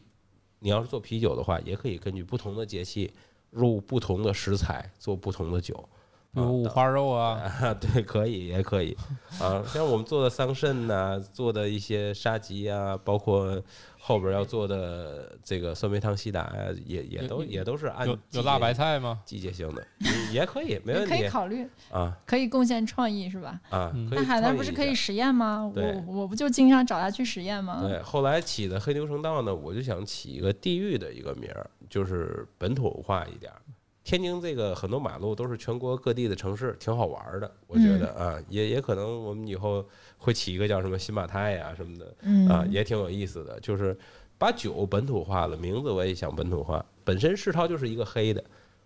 D: 你要是做啤酒的话，也可以根据不同的节气入不同的食材做不同的酒。
A: 比如五花肉啊，
D: 啊， [LAUGHS] 对，可以，也可以啊。像我们做的桑葚呐、做的一些沙棘啊，包括后边要做的这个酸梅汤西达呀、也也都
A: 有
D: 也都是
A: [LAUGHS]
D: 按
A: 有
D: 季
A: 有辣
D: 节
A: 白菜吗？
D: 季节性的，嗯也可以，没问
C: 可以
D: 题
C: 考虑，
D: 啊
C: 可以贡献创意是吧？
D: 啊。
A: 嗯
D: 可以
C: 那海南
D: 创
C: 不是
D: 意一
C: 可以
D: 下
C: 实验吗？我
D: 对
C: 我不就经常找他去实验吗？
D: 对，后来起的黑牛城道呢，我就想起一个地域的一个名儿，就是本土化一点儿。天津这个很多马路都是全国各地的城市，挺好玩儿的，我
C: 嗯
D: 觉得啊，也也可能我们以后会起一个叫什么新马泰呀、什么的，
C: 嗯
D: 啊，也挺有意思的，就是把酒本土化了，名字我也想本土化。本身世涛就是一个黑的，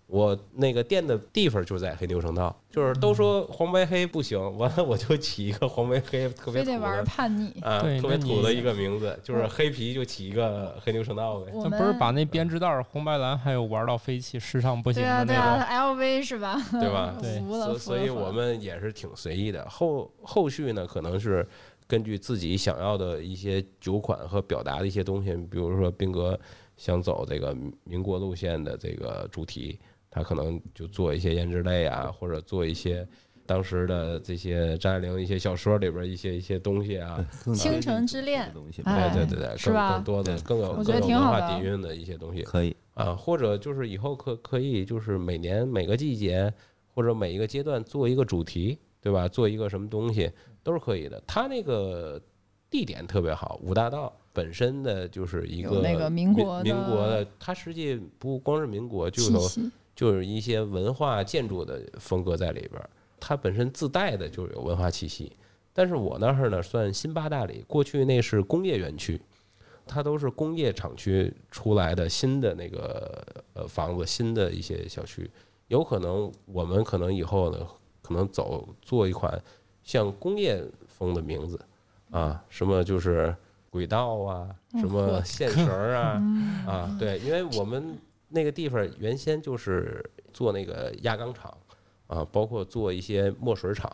D: 我那个店的地方就在黑牛城道，就是
C: 嗯
D: 都说黄白黑不行，完了我就起一个黄白黑，特
C: 非
D: 别土
C: 得玩
D: 的
C: 叛逆。
D: 啊，
A: 对
D: 特别
A: 那
D: 土
A: 你
D: 的一个名字，就是黑皮就起一个黑牛城道呗。
C: 我
A: 那
C: 们
A: 不是把那编织袋儿红白蓝还有玩到飞起，时尚不行
C: 对
A: 的
C: 啊对
A: 那
C: 啊，LV 是吧？
D: 对吧
A: 对
C: 嗯服了，服
D: 所
C: 了
D: 所以
C: 服了
D: 我们也是挺随意的。后后续呢，可能是根据自己想要的一些酒款和表达的一些东西，比如说斌哥想走这个民国路线的这个主题，他可能就做一些胭脂类啊，或者做一些。当时的这些张爱玲一些小说里边一些一些东西啊，
B: 更
C: 倾
B: 接近
C: 城之
B: 这个
C: 恋
B: 东西
C: 哎
B: 吧
D: 对对对对，
C: 是
D: 更
C: 吧
D: 更多的
B: 对
D: 更有
C: 我觉
D: 更
C: 得
D: 有
C: 挺
D: 文
C: 好
D: 化
C: 的
D: 底蕴的一些东西，
B: 可以，
D: 啊，或者就是以后可可以就是每年每个季节或者每一个阶段做一个主题，对吧？做一个什么东西都是可以的。它那个地点特别好，五大道本身的就是一
C: 有
D: 个
C: 那个民国
D: 民
C: 的
D: 国的，它实际不光是民国，就
C: 气
D: 有
C: 息，
D: 就是一些文化建筑的风格在里边儿，它本身自带的就有文化气息。但是我那儿呢，算新八大里，过去那是工业园区，它都是工业厂区出来的新的那个呃房子，新的一些小区，有可能我们可能以后呢，可能走做一款像工业风的名字啊，什么就是轨道啊，什么线绳儿啊，
A: 嗯
D: 啊，对，因为我们那个地方原先就是做那个轧钢厂啊，包括做一些墨水厂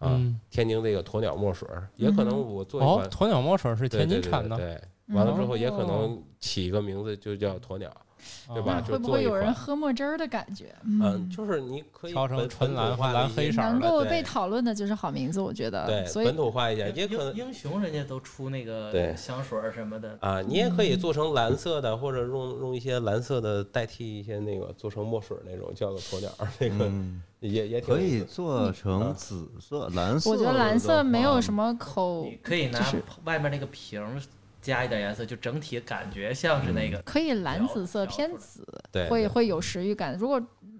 D: 啊，
A: 嗯
D: 天津这个鸵鸟墨水儿，也可能我做一
A: 哦
D: 款，，
A: 鸵鸟墨水是
D: 对
A: 天津
D: 对对
A: 产的，
D: 对，完了之后也可
A: 哦
D: 能起一个名字就叫鸵鸟，对
A: 啊
D: 吧
C: 那
D: 就
C: 会不
D: 做
C: 会
D: 一
C: 有人
D: 款
C: 喝墨汁儿的感觉？
D: 嗯，就是你可以
A: 调成
D: 本
A: 纯
D: 本土
A: 蓝或
D: 化的
A: 蓝
D: 一些
A: 黑色儿
C: 能
A: 的
C: 够
D: 对
C: 被讨论的就是好名字，我觉得。所
D: 对，
C: 以
D: 本土化一点，也可
F: 英
D: 能
F: 英雄人家都出那
D: 对
F: 个香水儿什么的，
D: 啊，你也可
A: 嗯
D: 以做成蓝色的，或者用用一些蓝色的代替一些那个做成墨水儿那种，叫做鸵鸟儿那个，
B: 嗯，
D: 也也挺
B: 可
D: 有嗯意
B: 以
D: 思的
B: 做
D: 啊
B: 成紫色、蓝色。
C: 我觉得蓝色没有什。么口
F: 你，可以拿
C: 就是
F: 外面那个瓶儿加一点颜色，就整体感觉像是那个。
C: 可以蓝紫色
F: 调
C: 偏
F: 出来
C: 紫，
D: 对
C: 会
D: 对
C: 会有食欲感。如果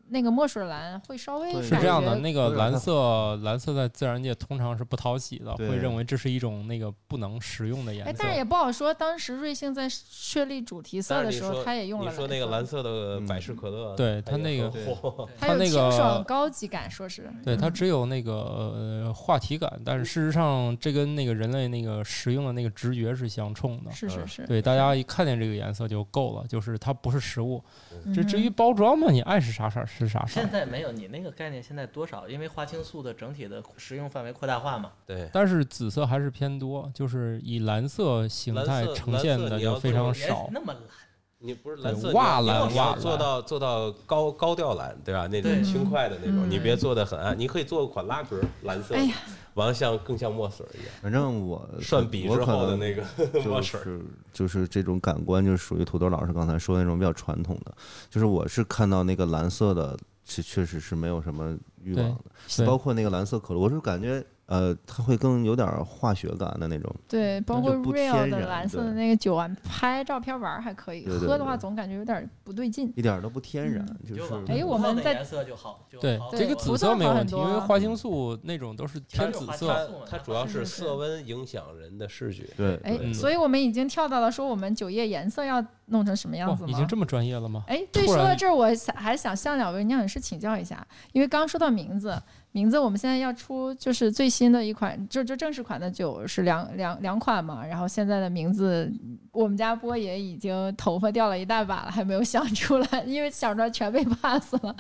C: 那个墨水蓝会稍微
B: 会
C: 感
A: 是这样的，
C: 觉
A: 那个
B: 有点
A: 蓝
B: 害
A: 色，蓝色在自然界通常是不讨喜的，会
B: 对
A: 认为这是一种那个不能食用的
C: 哎
A: 颜，色
C: 但。是也不好说，当时瑞幸在确立主题色
D: 但
C: 的
D: 是你
C: 时候，
D: 说
C: 他也用了
D: 你说那个蓝
C: 蓝，
D: 色的
B: 嗯
D: 百事可乐，哦
A: 对它那个
D: 很火
C: 它
A: 它
C: 有
A: 那
C: 清
A: 个
C: 爽高级感，说是。嗯
A: 对，它只有那个呃话题感，但是事实上这跟那个人类那个食用的那个直觉是相冲的。
C: 是是是，
A: 对，大家一看见这个颜色就够了，就是它不是食物。
C: 嗯
A: 这
C: 哼
A: 至于包装嘛，你爱是啥色儿是啥色
C: [LAUGHS]
F: 现
A: 儿。
F: 在没有你那个概念，现在多少？因为花青素的整体的食用范围扩大化嘛，
D: [LAUGHS] 对。
A: 但是紫色还是偏多，就是以蓝色形
D: 蓝
A: 态
D: 色
A: 呈
D: 蓝
A: 现
D: 色
A: 的
D: 你
A: 就
D: 要
A: 非
D: 做
A: 常
D: 成
F: 别
A: 少。
F: 哎那么蓝。
D: 你不是
A: 对
D: 蓝色，
A: 哇
D: 你要
A: 蓝
D: 你要
A: 哇
D: 做
A: 蓝
D: 到做到高高调蓝，对吧？那种
F: 对
D: 轻快的那种，
C: 嗯
D: 你别做的很暗，你可以做款拉格蓝色
C: 哎呀，
D: 完了像更像墨水一样，
B: 反正我
D: [LAUGHS] 涮笔
B: 呃我
D: 之
B: 可
D: 后的
B: 能
D: 那个墨 [LAUGHS]
B: 就
D: 水。
B: 是就是这种感官，就是属于土豆老师刚才说的那种比较传统的。就是我是看到那个蓝色的，确确实是没有什么欲望
A: 对
B: 的，包括那个蓝色可乐，我是感觉呃，它会更有点儿化学感的那种。
C: 对，包
B: 就
C: 括
B: 不
C: real
B: 天
C: 的
B: 然
C: 蓝色的
B: 对
C: 那个酒啊，拍照片玩儿还可以，
B: 对对
C: 喝的话
B: 对
C: 总感觉有点不对劲。
B: 一点儿都不天然，
F: 你
B: 就
F: 就是往
C: 哎我
F: 葡萄
C: 们
F: 的
C: 在
F: 颜色就好，就
A: 对
F: 好，
A: 这个
F: 多
A: 紫
C: 葡
F: 了
A: 色
C: 萄
A: 没
C: 好
A: 有
C: 很
A: 问题，因
C: 多
A: 为
C: 啊
A: 花青素那种都是
F: 全
A: 偏
F: 是
A: 紫
F: 花
A: 色
F: 青
D: 它
F: 素嘛
D: 它主要
C: 是
D: 是
C: 是
D: 色温影响人的视觉，
B: 对
C: 哎
A: 对，
C: 所以我们已经跳到了说我们酒业颜色要弄成什么样
A: 哇
C: 子，
A: 哦已经
C: 吗？
A: 这么专业了吗？
C: 哎，对，
A: 突
C: 说到
A: 然
C: 这儿，我想还想向两位酿酒师请教一下，因为刚说到名字，名字我们现在要出就是最新的一款，就就正式款的酒是两两两款嘛，然后现在的名字，我们家波爷已经头发掉了一大把了，还没有想出来， [LAUGHS] 因为想出来全被 pass 了。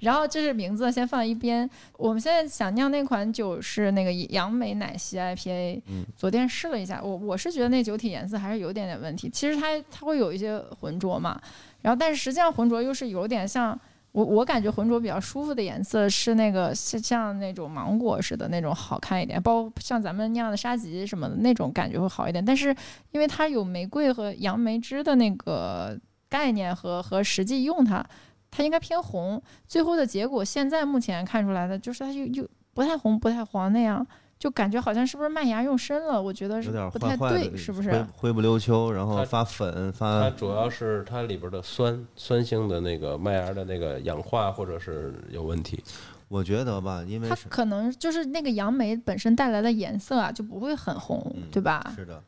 C: 然后这是名字先放一边，我们现在想酿那款酒是那个杨梅奶昔 IPA，
B: 嗯
C: 昨天试了一下，我我是觉得那酒体颜色还是有点点问题，其实它它会有一些浑浊嘛，然后但是实际上浑浊又是有点像。我我感觉浑浊比较舒服的颜色是那个像像那种芒果似的那种好看一点，包括像咱们酿的沙棘什么的那种感觉会好一点。但是因为它有玫瑰和杨梅汁的那个概念和和实际用它，它应该偏红。最后的结果现在目前看出来的就是它又又不太红不太黄那样，就感觉好像是不是麦芽用深了？我觉得是
B: 有点
C: 不
B: 坏
C: 太
B: 坏
C: 对，
B: 的，
C: 是不是？
B: 灰灰不溜秋，然后
D: 它
B: 发粉
D: 它
B: 发
D: 主要是它里边的酸酸性的那个麦芽的那个氧化或者是有问题，
B: 我觉得吧，因为
C: 它
B: 是
C: 可能就是那个杨梅本身带来的颜色啊，就不会很红，
B: 嗯
C: 对吧？
B: 是的，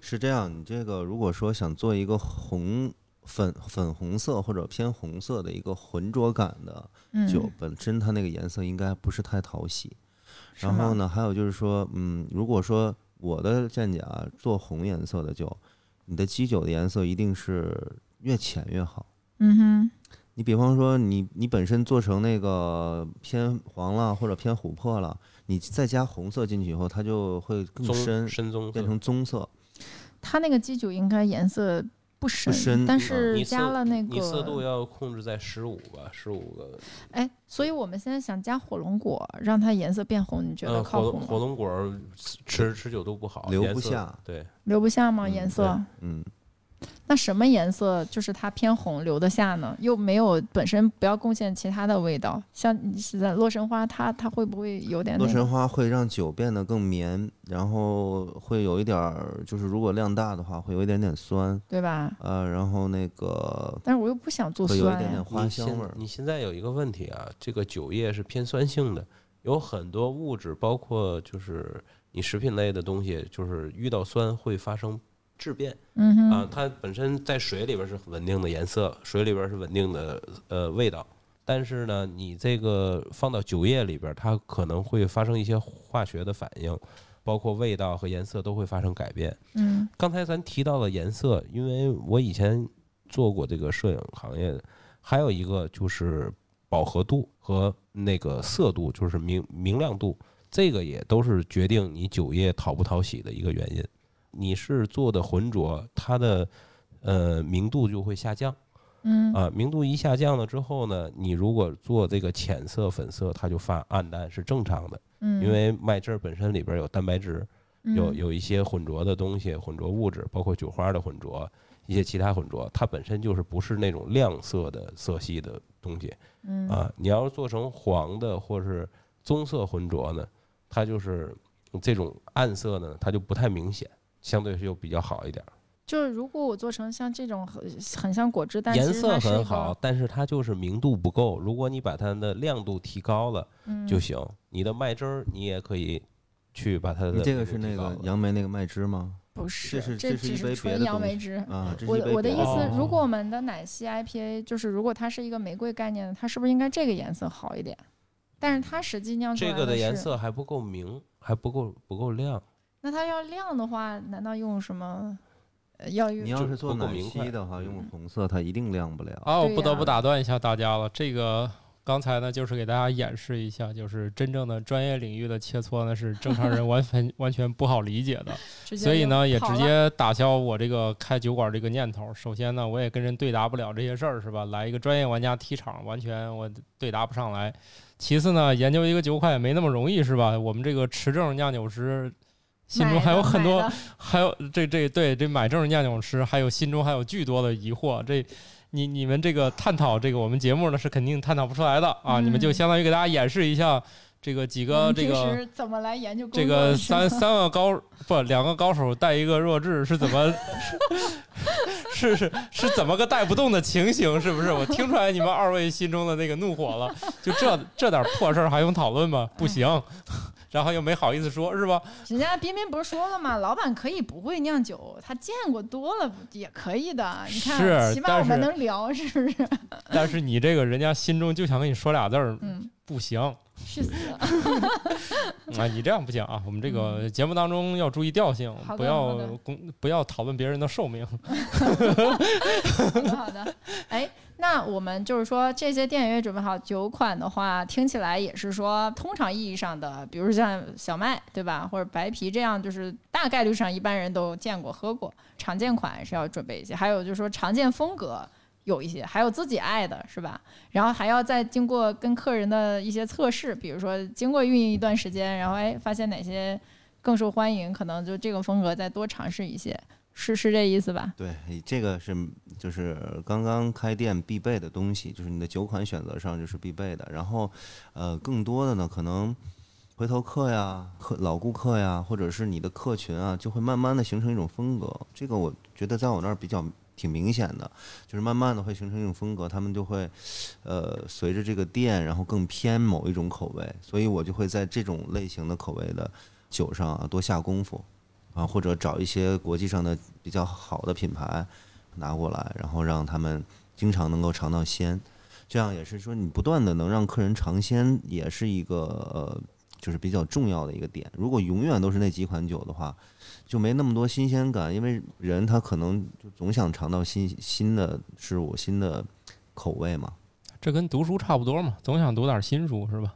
B: 是这样。你这个如果说想做一个红粉粉红色或者偏红色的一个浑浊感的
C: 嗯，
B: 酒，本身它那个颜色应该不是太讨喜。
C: 是
B: 然后
C: 吗？
B: 呢，还有就是说，嗯，如果说我的见解啊，做红颜色的酒，你的基酒的颜色一定是越浅越好。
C: 嗯哼，
B: 你比方说你你本身做成那个偏黄了或者偏琥珀了，你再加红色进去以后，它就会更
D: 棕
B: 深，
D: 深棕色
B: 变成棕色。
C: 它那个基酒应该颜色不深，
B: 不深
C: 但
B: 嗯
C: 是
D: 你色
C: 加了那
D: 你色度
C: 个，
D: 要控制在十五吧，十五个。
C: 哎，所以我们现在想加火龙果，让它颜色变红，你觉得
D: 嗯，火
C: 靠谱
D: 龙
C: 吗？
D: 火龙果儿持持久度不好，
B: 留
D: 颜
B: 不
D: 色
B: 下
D: 对，
C: 留不下吗？
B: 嗯
C: 颜色？
B: 嗯，
C: 那什么颜色就是它偏红留得下呢？又没有本身不要贡献其他的味道，像你是在洛神花，它它会不会有点
B: 洛
C: 那个
B: 神花会让酒变得更绵，然后会有一点儿，就是如果量大的话，会有一点点酸，
C: 对吧？
B: 呃，然后那个
C: 但是我又不想做
B: 会有一
C: 酸
B: 点点
C: 呀，
B: 花
D: 你
B: 香
D: 现
B: 味儿。
D: 你现在有一个问题啊，这个酒液是偏酸性的，有很多物质，包括就是你食品类的东西，就是遇到酸会发生质变
C: 嗯哼，
D: 啊。它本身在水里边是稳定的颜色，水里边是稳定的呃味道，但是呢，你这个放到酒液里边，它可能会发生一些化学的反应，包括味道和颜色都会发生改变。
C: 嗯
D: 刚才咱提到了颜色，因为我以前做过这个摄影行业，还有一个就是饱和度和那个色度，就是明明亮度，这个也都是决定你酒业讨不讨喜的一个原因。你是做的浑浊，它的呃明度就会下降
C: 嗯
D: 啊、明度一下降了之后呢，你如果做这个浅色、粉色，它就发暗淡是正常的，
C: 嗯，
D: 因为麦汁儿本身里边有蛋白质，有
C: 嗯
D: 有一些混浊的东西、混浊物质，包括酒花的混浊，一些其他混浊，它本身就是不是那种亮色的色系的东西
C: 嗯
D: 啊。你要是做成黄的或是棕色浑浊呢，它就是这种暗色呢，它就不太明显，相对是又比较好一点儿。
C: 就是如果我做成像这种很很像果汁，但
D: 颜
C: 其实
D: 色
C: 它是一
D: 很
C: 个
D: 好，，但是它就是明度不够。如果你把它的亮度提高了
C: 嗯
D: 就行，你的麦汁儿你也可以去把它的
B: 你这个
D: 明度
B: 是
D: 提
B: 那
D: 高
B: 个
D: 了
B: 杨梅那个麦汁吗？
C: 不是，
B: 是
C: 这
B: 这是
C: 只
B: 一杯
C: 是
B: 别
C: 纯
B: 的
C: 杨
B: 东
C: 梅
B: 西
C: 汁。
B: 啊，这是
C: 我
B: 一杯
C: 我的
B: 别
C: 意
B: 的
C: 思
B: 东，西
C: 如果我们的奶昔 IPA 就是如果它是一个玫瑰概念的，它是不是应该这个颜色好一点？但是它实际酿出来
D: 这个的
C: 的
D: 颜
C: 是，
D: 色还不够明，还不够不够亮。
C: 那它要亮的话，难道用什么？呃要用
B: 你要
D: 就是
B: 做
D: 不够
B: 奶
D: 明快
B: 昔的话，用
D: 嗯
B: 红色它一定亮不了。
A: 啊，我
C: 对
A: 不得
C: 呀
A: 不打断一下大家了。这个刚才呢，就是给大家演示一下，就是真正的专业领域的切磋呢，是正常人 [LAUGHS] 完全完全不好理解的。
C: 直接
A: 所以
C: 用
A: 呢，也
C: 跑
A: 直
C: 了
A: 接打消我这个开酒馆这个念头。首先呢，我也跟人对答不了这些事儿，是吧？来一个专业玩家踢场，完全我对答不上来。其次呢，研究一个酒款也没那么容易，是吧？我们这个持证酿酒师心中
C: 买
A: 还
C: 的
A: 有很
C: 买
A: 多
C: 的
A: 还有这这对这买证酿酒师，还有心中还有巨多的疑惑。这你你们这个探讨这个我们节目呢是肯定探讨不出来的啊！
C: 嗯
A: 你们就相当于给大家演示一下这个几
C: 我
A: 个
C: 们
A: 这
C: 平
A: 个
C: 时怎么来研究工
A: 这
C: 作
A: 个
C: 的时候
A: 三三个高不两个高手带一个弱智是怎么是是是怎么个带不动的情形？是不是？我听出来你们二位心中的那个怒火了。就这这点破事儿还用讨论吗？不行， [LAUGHS] 然后又没好意思说，是吧？
C: 人家彬彬不是说了吗？老板可以不会酿酒，他见过多了也可以的。你看，
A: 是
C: 起码我
A: 但
C: 们
A: 是
C: 能聊，是不是？
A: 但是你这个人家心中就想跟你说俩字儿，
C: 嗯，
A: 不行啊！
C: 是死。
A: 你这样不行啊！我们这个节目当中要注意调性
C: 嗯好，的
A: 不
C: 好
A: 要
C: 的
A: 公不要讨论别人的寿命。
C: 好的，好的。哎，那我们就是说，这些电影也准备好酒款的话，听起来也是说，通常意义上的，比如像小麦，对吧？或者白啤这样，就是大概率上一般人都见过、喝过，常见款是要准备一些。还有就是说，常见风格有一些，还有自己爱的是吧？然后还要再经过跟客人的一些测试，比如说经过运营一段时间，然后哎发现哪些更受欢迎，可能就这个风格再多尝试一些，是是这意思吧？
B: 对，这个是就是刚刚开店必备的东西，就是你的酒款选择上就是必备的。然后，呃，更多的呢，可能回头客呀、客老顾客呀，或者是你的客群啊，就会慢慢的形成一种风格。这个我觉得在我那儿比较挺明显的，就是慢慢的会形成一种风格，他们就会呃随着这个店，然后更偏某一种口味。所以我就会在这种类型的口味的酒上啊多下功夫。啊，或者找一些国际上的比较好的品牌拿过来，然后让他们经常能够尝到鲜，这样也是说你不断的能让客人尝鲜，也是一个呃，就是比较重要的一个点。如果永远都是那几款酒的话，就没那么多新鲜感，因为人他可能就总想尝到新新的事物、新的口味嘛。
A: 这跟读书差不多嘛，总想读点新书是吧？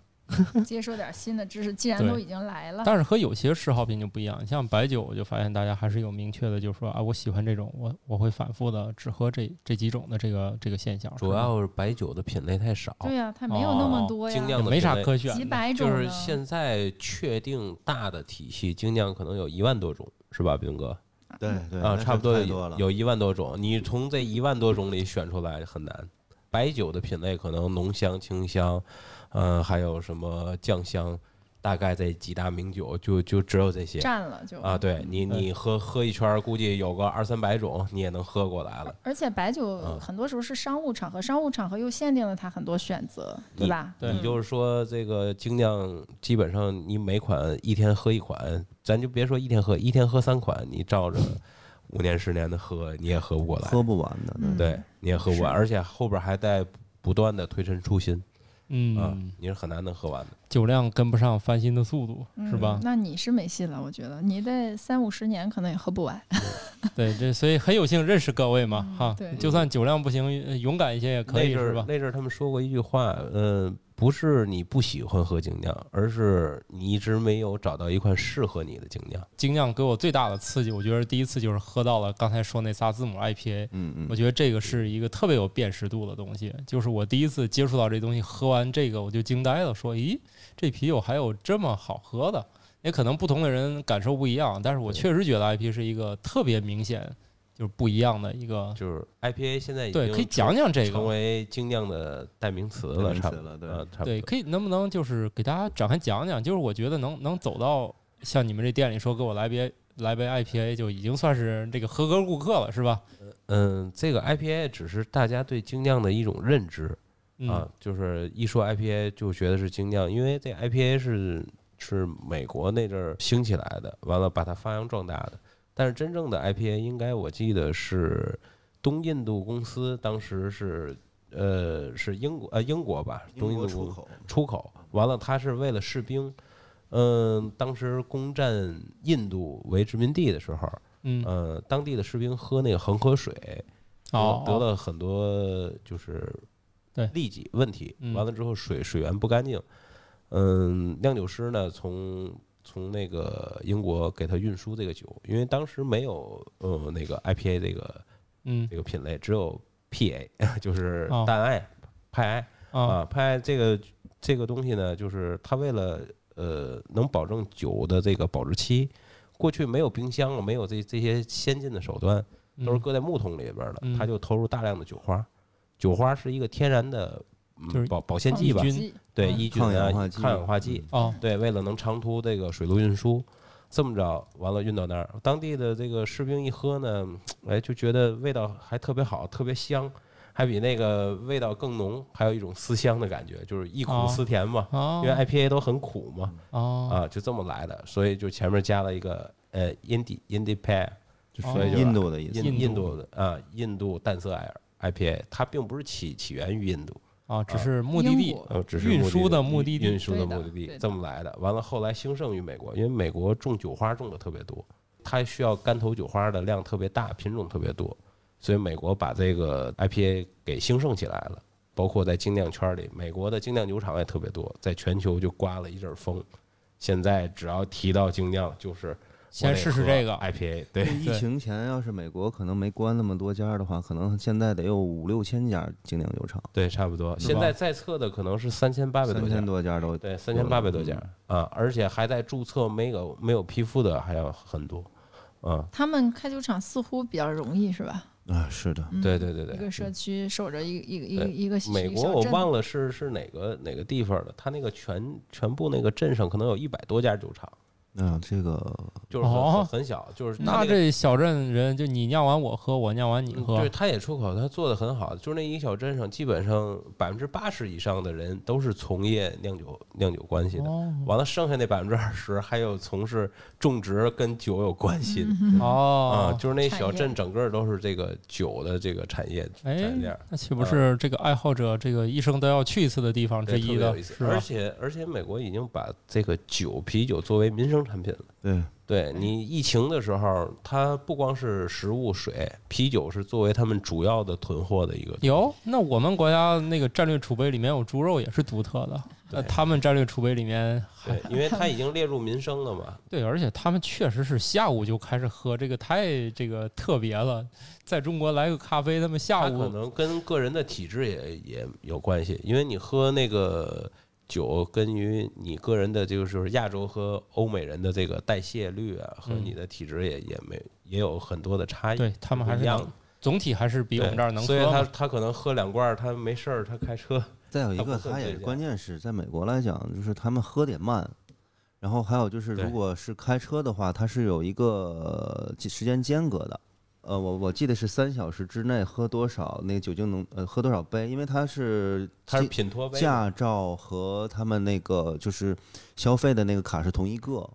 C: 接受点新的知识，既然
A: 对
C: 都已经来了，
A: 但是和有些嗜好品就不一样，像白酒，我就发现大家还是有明确的，就是说啊，我喜欢这种，我我会反复的只喝这这几种的这个这个现象，
D: 主
A: 是吧
D: 要是白酒的品类太少，
C: 嗯对呀、它没有那么多呀，
D: 精酿
A: 也没啥可选
C: 几
A: 的。
C: 百种
D: 就
C: 呢。
D: 是现在确定大的体系精酿可能有一万多种，是吧，斌哥？
B: 对对
D: 啊，差不多
B: 太
D: 有
B: 多了。
D: 有一万多种，你从这一万多种里选出来很难。白酒的品类可能浓香、清香，呃，还有什么酱香，大概这几大名酒就就只有这些
C: 占了就
D: 啊。对你，
C: 嗯
D: 你喝喝一圈儿，估计有个二三百种，你也能喝过来了。
C: 而且白酒
D: 嗯
C: 很多时候是商务场合，商务场合又限定了它很多选择，对吧？
A: 对
D: 你就是说这个精酿，基本上你每款一天喝一款，咱就别说一天喝，一天喝三款，你照着五年十年的喝，你也喝不过来，
B: 喝不完的，对
C: 嗯
D: 对，你也喝不完，
C: 是
D: 而且后边还在不断的推陈出新啊
A: 嗯，，
D: 你是很难能喝完的。
A: 酒量跟不上翻新的速度，是吧
C: 嗯？那你是没戏了，我觉得你得三五十年可能也喝不完。
A: 对，这所以很有幸认识各位嘛，
C: 嗯
A: 哈
C: 对，
A: 就算酒量不行，呃勇敢一些也可以，
D: 那阵
A: 是
D: 儿
A: 吧？
D: 那阵儿他们说过一句话，呃，不是你不喜欢喝精酿，而是你一直没有找到一款适合你的精酿。
A: 精酿给我最大的刺激，我觉得第一次就是喝到了刚才说那仨字母 IPA，
B: 嗯嗯
A: 我。觉得这个是一个特别有辨识度的东西，就是我第一次接触到这东西，喝完这个我就惊呆了，说，咦，这啤酒还有这么好喝的？也可能不同的人感受不一样，但是我确实觉得 IP 是一个特别明显就是不一样的一个，
D: 就是 IPA 现在已经
A: 对，可以讲讲这
D: 成
A: 个。
D: 为精酿的代名词
B: 代
D: 了，
B: 名
D: 差
B: 词
D: 不多
B: 了对
D: 啊差不
A: 对，
D: 多。
A: 可以能不能就是给大家展开讲讲？就是我觉得能能走到像你们这店里说给我来杯来杯 IPA，就已经算是这个合格顾客了，是吧？
D: 嗯，这个 IPA 只是大家对精酿的一种认知
A: 嗯、
D: 啊，就是一说 IPA 就觉得是精酿，因为这 IPA 是是美国那阵儿兴起来的，完了把它发扬壮大的。但是真正的 IPA 应该我记得是东印度公司，当时是呃是英国呃英国吧，东印度公司
B: 口，
D: 出口，完了他是为了士兵，嗯，当时攻占印度为殖民地的时候，
A: 嗯，
D: 呃，当地的士兵喝那个恒河水，
A: 哦，
D: 啊得了很多就是
A: 对
D: 痢疾问题
A: 嗯，
D: 完了之后水水源不干净，嗯，酿酒师呢从。从那个英国给他运输这个酒，因为当时没有呃那个 IPA 这个
A: 嗯
D: 这个品类，只有 PA，就是 [LAUGHS]
A: 哦
D: 淡艾、派艾。
A: 啊
D: 啊，拍这个这个东西呢，就是它为了呃能保证酒的这个保质期，过去没有冰箱了，没有这这些先进的手段，都是
A: 嗯
D: 搁在木桶里边儿的，它
A: 嗯
D: 就投入大量的酒花，酒花是一个天然的嗯
A: 就是
D: 保保鲜
A: 抑
D: 剂吧，
A: 菌
D: 对
A: 嗯
D: 抑菌
B: 抗氧
D: 啊
B: 化剂
D: 抗氧化剂，
A: 哦
D: 对，为了能长途这个水路运输，这么着完了运到那儿，当地的这个士兵一喝呢，哎，就觉得味道还特别好，特别香，还比那个味道更浓，还有一种思乡的感觉，就是忆
A: 哦
D: 苦思甜嘛，
A: 哦
D: 因为 IPA 都很苦嘛，
A: 哦
D: 啊，就这么来的，所以就前面加了一个呃 Indi Indi Pair，就所以
A: 哦
D: 就
B: 印度的意思
D: 印。
A: 印
D: 印
A: 度
D: 度的啊，印度淡色艾尔 IPA，它并不是起起源于印度，
A: 啊，只是目的
C: 英
A: 地
C: 国
D: 呃，只是
A: 嗯运
D: 目
A: 输的目的
D: 运
A: 地
D: 输的
C: 对的
D: 目的地
C: 对的
D: 这么来的。完了，后来兴盛于美国，因为美国种酒花种的特别多，它需要干头酒花的量特别大，品种特别多，所以美国把这个 IPA 给兴盛起来了。包括在精酿圈里，美国的精酿酒厂也特别多，在全球就刮了一阵风。现在只要提到精酿，就是
A: 先试试这个。
D: IPA，对，
B: 疫
A: 对
B: 情前要是美国可能没关那么多家儿的话，可能现在得有五六千家精酿酒厂，
D: 对，差不多。
A: 是
D: 现
A: 吧
D: 在在册的可能是三千八百多
B: 三
D: 家嗯
B: 千，多家都
D: 对，三千八百多家
A: 嗯
D: 啊，而且还在注册没有没有批复的还要很多，啊，
C: 他们开酒厂似乎比较容易，是吧？
B: 啊，是的，
C: 嗯
D: 对对对对
C: 一个社区守着一个一个一个
D: 对
C: 一个
D: 美国我忘了是是哪个哪个地方的，它那个全全部那个镇上可能有一百多家酒厂，
B: 啊，这个
D: 就是很
A: 哦
D: 很很小，就是它
A: 那
D: 个
A: 这小镇人就你酿完我喝，我酿完你
D: 嗯
A: 喝哦
D: 对，，它也出口，它做的很好。就是那一个小镇上，基本上百分之八十以上的人都是从业酿酒酿酒关系的。
A: 哦
D: 完了，剩下那百分之二十还有从事种植跟酒有关系
C: 嗯
D: 的。啊，
A: 哦，
D: 就是那
C: 产
D: 小
C: 业
D: 镇整个都是这个酒的这个产业产
A: 哎
D: 业链儿，，嗯
A: 那岂不是这个爱好者这个一生都要去一次的地方之
D: 对特
A: 一
D: 别有
A: 的，
D: 意思
A: 是吧
D: 而？且而且，美国已经把这个酒啤酒作为民生产品了。
B: 对，
D: 对你疫情的时候，它不光是食物、水，啤酒是作为他们主要的囤货的一个。
A: 有，那我们国家那个战略储备里面有猪肉也是独特的，那
D: 对
A: 他们战略储备里面
D: 对
A: 还，
D: 因为它已经列入民生了嘛，
A: 对，而且他们确实是下午就开始喝，这个太这个特别了。在中国来个咖啡，他们下
D: 它可
A: 午
D: 能跟个人的体质也也有关系，因为你喝那个酒，跟于你个人的就是亚洲和欧美人的这个代谢率啊，和
A: 嗯
D: 你的体质也也没也有很多的差异。
A: 对他们还
D: 不
A: 是
D: 一样
A: 能，总体还是比
D: 比
A: 我们这儿能
D: 所以
A: 喝
D: 他
A: 嘛。
D: 他可能喝两罐儿，他没事儿，他开车。
B: 再有一
D: 它
B: 个，
D: 不会
B: 它
D: 这
B: 也是
D: 样
B: 关键是在美国来讲，就是他们喝点慢，然后还有就是
D: 对
B: 如果是开车的话，它是有一个呃时间间隔的。呃，我我记得是三小时之内喝多少那个酒精浓呃喝多少杯，因为它是
D: 他是
B: 基
D: 品托杯嘛，
B: 驾照和他们那个就是消费的那个卡是同一个，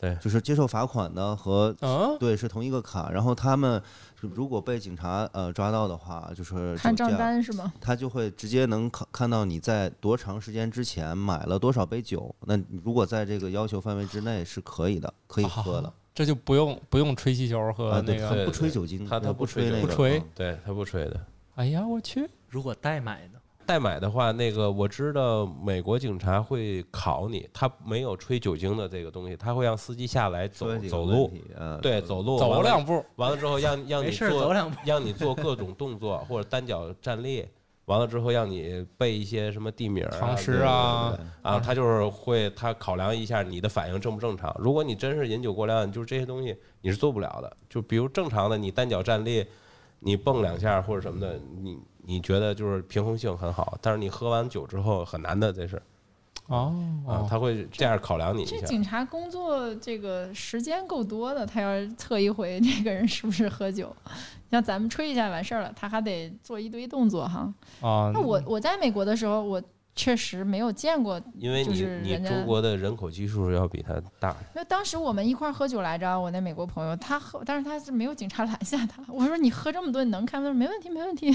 D: 对
B: 就是接受罚款的和
A: 嗯，
B: 对是同一个卡。然后他们如果被警察呃抓到的话，就是
C: 看
B: 酒
C: 账
B: 驾
C: 单是吗？
B: 他就会直接能看看到你在多长时间之前买了多少杯酒。那你如果在这个要求范围之内是可以的，可以喝的
A: 啊。这就不用不用吹气球和
B: 啊，
A: 那
B: 对，
A: 个。
B: 他不
D: 哦对
B: 吹
D: 对
B: 酒精，
D: 他他
B: 呃
D: 不
B: 不
D: 吹酒
B: 那
A: 精
B: 个，
A: 不吹
B: 嗯
D: 对他不吹的。
A: 哎呀，我去！
F: 如果代买呢？
D: 代买的话，那个我知道美国警察会考你，他没有吹酒精的这个东西，他会让司机下来走
B: 说几个
D: 走
B: 问
D: 路，
B: 题，呃，
D: 对，走路完
A: 走
D: 了
A: 两步，
D: 完了之后让让
F: 没
D: 你
F: 事儿走
D: 做
F: 两步。
D: 让你做各种动作或者单脚站立，完了之后让你背一些什么地名儿啊
A: 常识
D: 对对对
A: 啊
D: 对对啊，他就是会他考量一下你的反应正不正常。如果你真是饮酒过量，就是这些东西你是做不了的。就比如正常的你单脚站立，你蹦两下或者什么的，你你觉得就是平衡性很好，但是你喝完酒之后很难的，这是啊
A: 哦，，
D: 他会这样考量你一
C: 这
D: 下。
C: 警察工作这个时间够多的，他要测一回这个人是不是喝酒，像咱们吹一下完事儿了，他还得做一堆动作哈。
A: 啊，
C: 那
D: 嗯
C: 我我在美国的时候，我确实没有见过，
D: 因为
C: 就
D: 你
C: 是
D: 你
C: 人家
D: 中国的人口基数要比他大，
C: 因为当时我们一块儿喝酒来着，我那美国朋友他喝，但是他是没有警察拦下他。我说你喝这么多，你能开吗？他说没问题，没问题。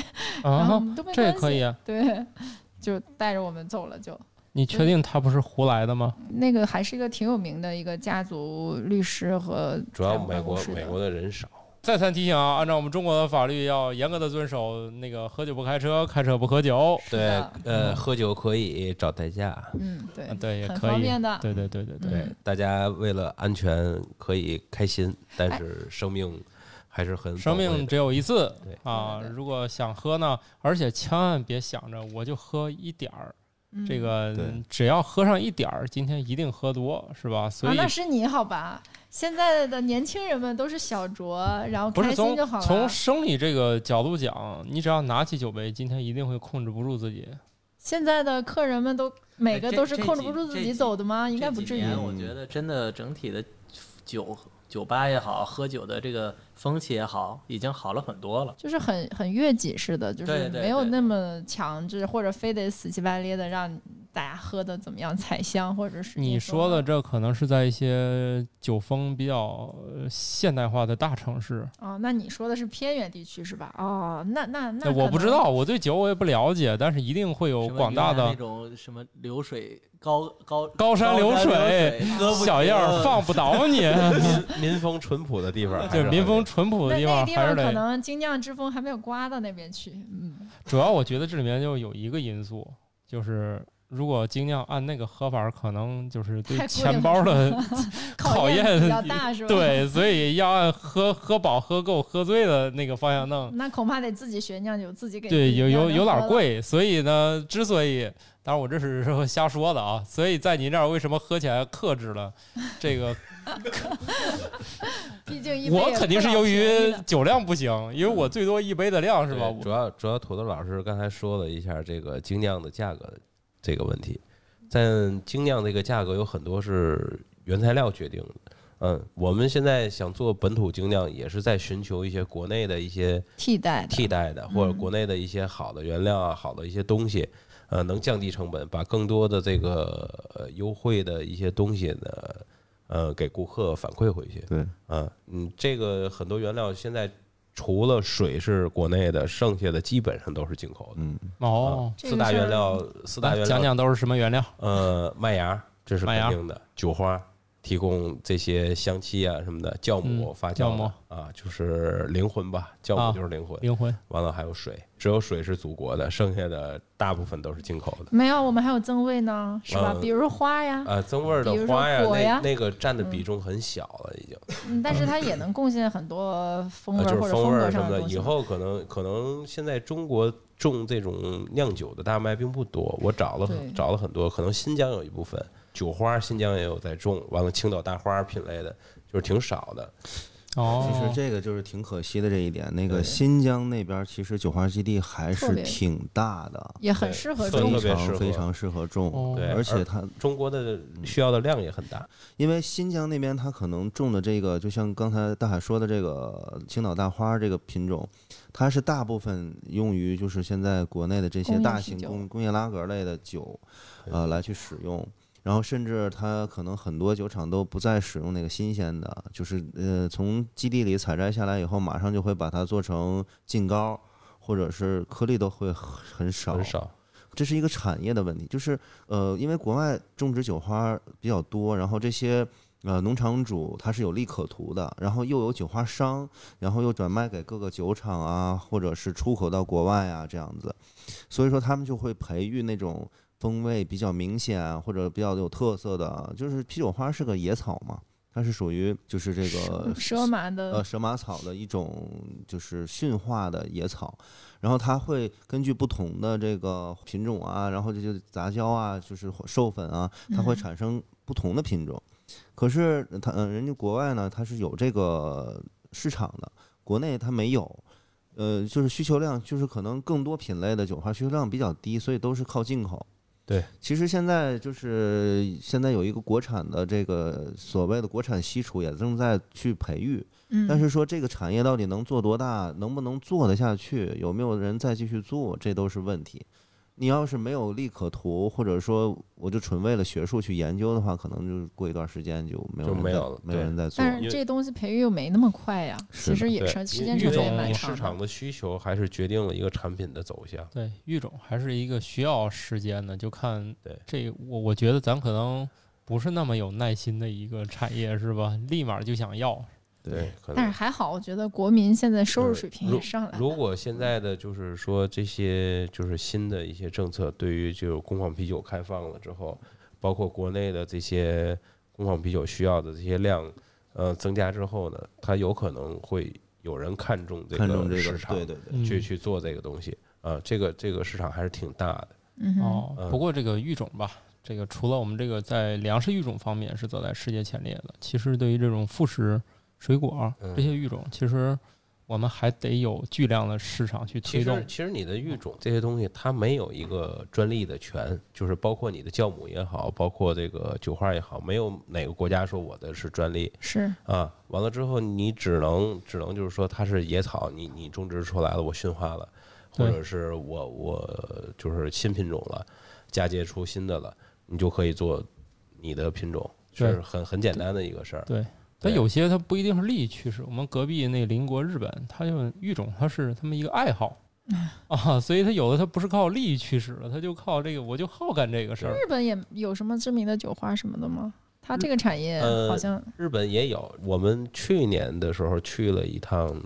C: 然后我
A: 啊，
C: 们都没
A: 这也
C: 关
A: 可
C: 系。
A: 以啊。
C: 对，就带着我们走了就。
A: 你确定他不是胡来的吗？
C: 那个还是一个挺有名的一个家族律师和
D: 主
C: 财
D: 要
C: 务
D: 美
C: 办公
D: 国
C: 室的
D: 美国的人少。
A: 再三提醒啊，按照我们中国的法律，要严格的遵守那个喝酒不开车，开车不喝酒。
C: 是
D: 对
C: 的，
A: 嗯
D: 呃，喝酒可以找代驾，
C: 嗯，对
A: 啊，，对，也
C: 很
A: 可
C: 方
A: 以。
C: 便的。
A: 对对对对对，
D: 对
C: 嗯，
D: 大家为了安全可以开心，但是生命还是很
A: 生
D: 宝贵
A: 命
D: 的
A: 只有一次
D: 嗯对
A: 啊
C: 对对！对
A: 如果想喝呢，而且千万别想着我就喝一点儿，
C: 嗯
A: 这个
B: 对
A: 只要喝上一点儿，今天一定喝多，是吧？所
C: 啊，
A: 以
C: 那是你好吧？现在的年轻人们都是小酌，然后
A: 不
C: 开
A: 是
C: 心
A: 从
C: 就好了。
A: 从生理这个角度讲，你只要拿起酒杯，今天一定会控制不住自己。
C: 现在的客人们都每个
F: 哎这
C: 都是
F: 这
C: 控制
F: 几
C: 不住自
F: 这
C: 己
F: 几
C: 走的吗？应该不至于
F: 这几。年我觉得真的整体的酒酒吧也好，喝酒的这个风气也好，已经好了很多了。
C: 就是很很越级式的，就是
F: 对对
C: 没有
F: 对
C: 那么强制，或者非得死乞白咧的让大家喝的怎么样才香，或者是
A: 你说的这可能是在一些酒风比较呃现代化的大城市，
C: 哦，那你说的是偏远地区是吧？哦，那那那
A: 那我
C: 可
A: 不知
C: 能
A: 道，我对酒我也不了解，但是一定会有
F: 什么
A: 广大
F: 云南
A: 的
F: 那种什么流水高高
A: 高山流水 [LAUGHS]
F: 水，喝不
A: 小
F: 停
A: 样儿放不倒
F: [LAUGHS]
A: 你，
D: 民民风淳朴的地方，还
A: 就是民风
D: 很
A: 淳朴的
C: 那
A: 地
C: 那
A: 方
C: 个地
A: 还是
C: 方可
A: 得。
C: 能精酿之风还没有刮到那边去，嗯，
A: 主要我觉得这里面就有一个因素，就是如果精酿按那个喝法儿，可能就是对
C: 太贵
A: 钱
C: 了
A: 包的 [LAUGHS] 考
C: 验比较
A: 验
C: 大是吧？，
A: 对，所以要按喝喝饱、喝够、喝醉的那个方向弄。
C: 那恐怕得自己学酿酒，自己嗯给自
A: 对，
C: 己
A: 有有
C: 酿着
A: 有点
C: 喝
A: 儿
C: 了。
A: 贵，所以呢，之所以，当然我这是说瞎说的啊，所以在您这儿为什么喝起来克制
C: [LAUGHS]
A: 了？这个
C: 毕竟一杯
A: 我
C: 也
A: 肯
C: 不
A: 定是
C: 老
A: 由
C: 便宜
A: 于
C: 的
A: 酒量不行，因为我最多一杯的量是吧？
D: 嗯对主要主要土豆老师刚才说了一下这个精酿的价格这个问题，但精酿这个价格有很多是原材料决定的。嗯，我们现在想做本土精酿，也是在寻求一些国内的一些
C: 替代的
D: 替代的，
B: 嗯
D: 或者国内的一些好的原料啊，好的一些东西，呃，能降低成本，把更多的这个呃优惠的一些东西呢，呃，给顾客反馈回去。
B: 对，
D: 啊，嗯，这个很多原料现在除了水是国内的，剩下的基本上都是进口的。
B: 嗯，
A: 哦，
C: 这
D: 四
C: 个
D: 大
C: 事
D: 原
C: 儿
D: 料，啊四大
A: 嗯来
D: 原
A: 讲
D: 料，
A: 讲都是什么原料？
D: 呃，麦芽这是
A: 麦芽
D: 肯定的，酒花提供这些香气啊什么的，酵母
A: 嗯
D: 发酵
A: 酵
D: 的
A: 母
D: 啊，就是灵魂吧，酵
A: 啊
D: 母就是灵魂。
A: 灵魂
D: 完了还有水，只有水是祖国的，剩下的大部分都是进口的。
C: 没有，我们还有增味呢，是吧？
D: 嗯
C: 比如花呀，
D: 啊，增味儿
C: 比如
D: 的
C: 说
D: 花呀，
C: 果呀
D: 那那个占的比重很小了，已经。
C: 嗯但是它也能贡献很多风味
D: 呃，
C: 儿嗯
D: 就
C: 或
D: 是
C: 者
D: 风味
C: 格
D: 儿什
C: 上
D: 么
C: 的
D: 的。
C: 东西
D: 以
C: 嘛。
D: 后可能可能现在中国种这种酿酒的大麦并不多，我找了
C: 对
D: 找了很多，可能新疆有一部分酒花，新疆也有在种，完了青岛大花品类的就是挺少的。
A: 哦，
B: 其实这个就是挺可惜的这一点。那
D: 对
B: 个新疆那边儿其实酒花基地还
C: 特
B: 是
C: 别
B: 挺大的，
C: 也很
D: 对
C: 适合
D: 特
C: 中
D: 别
B: 非
C: 国。
D: 适合
B: 常非常适合种
A: 哦，
D: 对
B: 而且它
D: 中国的需要的量也很大，
B: 因为新疆那边它可能种的这个，就像刚才大海说的这个青岛大花儿这个品种，它是大部分用于就是现在国内的这
C: 工
B: 些
C: 业
B: 大
C: 啤
B: 型
C: 酒
B: 工工业拉格类的酒，呃，来去使用。然后甚至它可能很多酒厂都不再使用那个新鲜的，就是呃从基地里采摘下来以后，马上就会把它做成浸膏，或者是颗粒都会很少
D: 很少。
B: 这是一个产业的问题，就是呃，因为国外种植酒花比较多，然后这些呃农场主他是有利可图的，然后又有酒花商，然后又转卖给各个酒厂啊，或者是出口到国外啊这样子，所以说他们就会培育那种风味比较明显啊或者比较有特色的啊，就是啤酒花是个野草嘛，它是属于就是这个
C: 蛇麻
B: 呃
C: 的
B: 蛇麻草的一种就是驯化的野草，然后它会根据不同的这个品种啊，然后这就杂交啊，就是授粉啊，它会
C: 嗯
B: 产生不同的品种。可是它嗯、人家国外呢，它是有这个市场的，国内它没有。呃，就是需求量，就是可能更多品类的酒花需求量比较低，所以都是靠进口。
D: 对，
B: 其实现在就是现在有一个国产的这个所谓的国产西厨也正在去培育，
C: 嗯，
B: 但是说这个产业到底能做多大，能不能做得下去，有没有人再继续做，这都是问题。你要是没有利可图，或者说我就纯为了学术去研究的话，可能就是过一段时间就没有
D: 就
B: 人
D: 没
B: 再
D: 有了
B: 没有
D: 对
B: 人再做了。
C: 但
D: 因
C: 是
D: 为
C: 这东西培育又没那么快呀，
B: 是
C: 其实也
D: 对
C: 是时
D: 因
C: 间长
D: 为
A: 育
C: 度也
A: 种
C: 蛮
D: 你
C: 长
D: 市场
C: 的。
D: 的需求还是决定了一个产品的走向。
A: 对，育种还是一个需要时间的，就看
D: 对
A: 这我我觉得咱可能不是那么有耐心的一个产业是吧？立马就想要，
B: 对，
D: 可
C: 但是
D: 能
C: 还好，我觉得国民现在收入
D: 嗯
C: 水平
D: 如
C: 也上 [LAUGHS] 来了。
D: 如果现在的就是说这些就是新的一些政策，对于就工坊啤酒开放了之后，包括国内的这些工坊啤酒需要的这些量，呃，增加之后呢，它有可能会有人看中这
B: 看重
D: 个
B: 这
D: 市
B: 个，
D: 场，
B: 对对对，
A: 嗯
D: 去去做这个东西啊、这个这个市场还是挺大的。
C: 嗯哼，
A: 哦。
D: 嗯
A: 不过这个育种吧，这个除了我们这个在粮食育种方面是走在世界前列的，其实对于这种副食、水果啊
D: 嗯
A: 这些育种，其实我们还得有巨量的市场去
D: 其
A: 推动
D: 实，。其实你的育种这些东西，它没有一个专利的权，就是包括你的酵母也好，包括这个酒花也好，没有哪个国家说我的是专利，
C: 是
A: 嗯
D: 啊，完了之后你只能只能就是说它是野草，你你种植出来了，我驯化了，或
A: 对
D: 者是我我就是新品种了，嫁接出新的了，你就可以做你的品种，
A: 对
D: 是很很简单的一个事儿。
A: 对，但
D: 对
A: 有些它不一定是利益趋势。我们隔壁那邻国日本，它就育种，它是他们一个爱好啊，所以它有的它不是靠利益驱使的，它就靠这个，我就好干这个事儿。
C: 日本也有什么知名的酒花什么的吗？它这个产业
D: 呃
C: 好像
D: 日本也有，我们去年的时候去了一趟，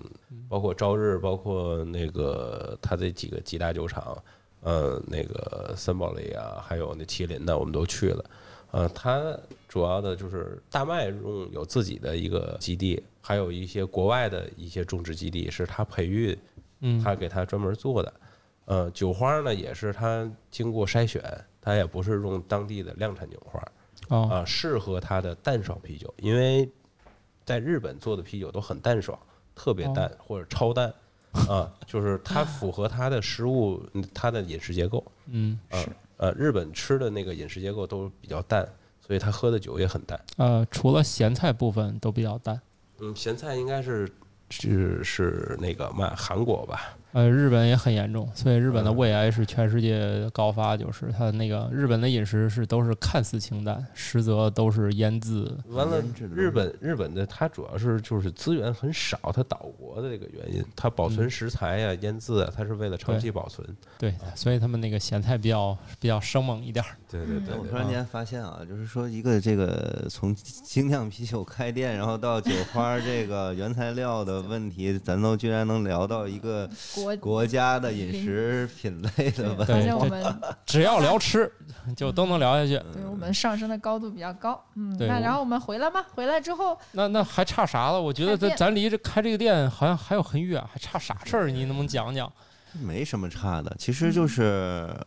D: 包括朝日，包括那个它这几个几大酒厂，呃，那个森堡里啊，还有那麒麟的，我们都去了。呃，它主要的就是大麦用有自己的一个基地，还有一些国外的一些种植基地是它培育，
A: 嗯
D: 它给它专门做的。呃，酒花呢也是它经过筛选，它也不是用当地的量产酒花，
A: 哦，
D: 啊，适合它的淡爽啤酒，因为在日本做的啤酒都很淡爽，特
A: 哦
D: 别淡、或者超淡，啊，就是它符合它的食物，嗯它的饮食结构。
A: 嗯
D: 呃，日本吃的那个饮食结构都比较淡，所以他喝的酒也很淡。
A: 呃，除了咸菜部分都比较淡，
D: 嗯，咸菜应该是是是那个嘛韩国吧？
A: 呃，日本也很严重，所以日本的胃癌是全世界高发，就是它那个日本的饮食是都是看似清淡，实则都是腌制。
D: 完了
B: 腌制，的
D: 日本日本的它主要是就是资源很少，它岛国的这个原因，它保存
A: 嗯
D: 食材呀、腌制啊，它是为了长期保存。
A: 对，所以他们那个咸菜比较比较生猛一点儿。
D: 对对对
B: 我
D: 对
B: 突然间发现啊，就是说一个这个从精酿啤酒开店，然后到酒花儿这个原材料的问题，咱都居然能聊到一个
C: 国
B: 国家的饮食品类的问题。
C: 发现我们
A: 只要聊吃，就都能聊下去。
C: 对我们上升的高度比较高，嗯，
A: 对
C: 那
A: 我
C: 然后我们回来吧，回来之后
A: 那那还差啥了？我觉得
C: 开
A: 咱
C: 店
A: 咱离这开这个店好像还有很远，还差啥事儿？你能不能讲讲？
B: 没什么差的，其实就是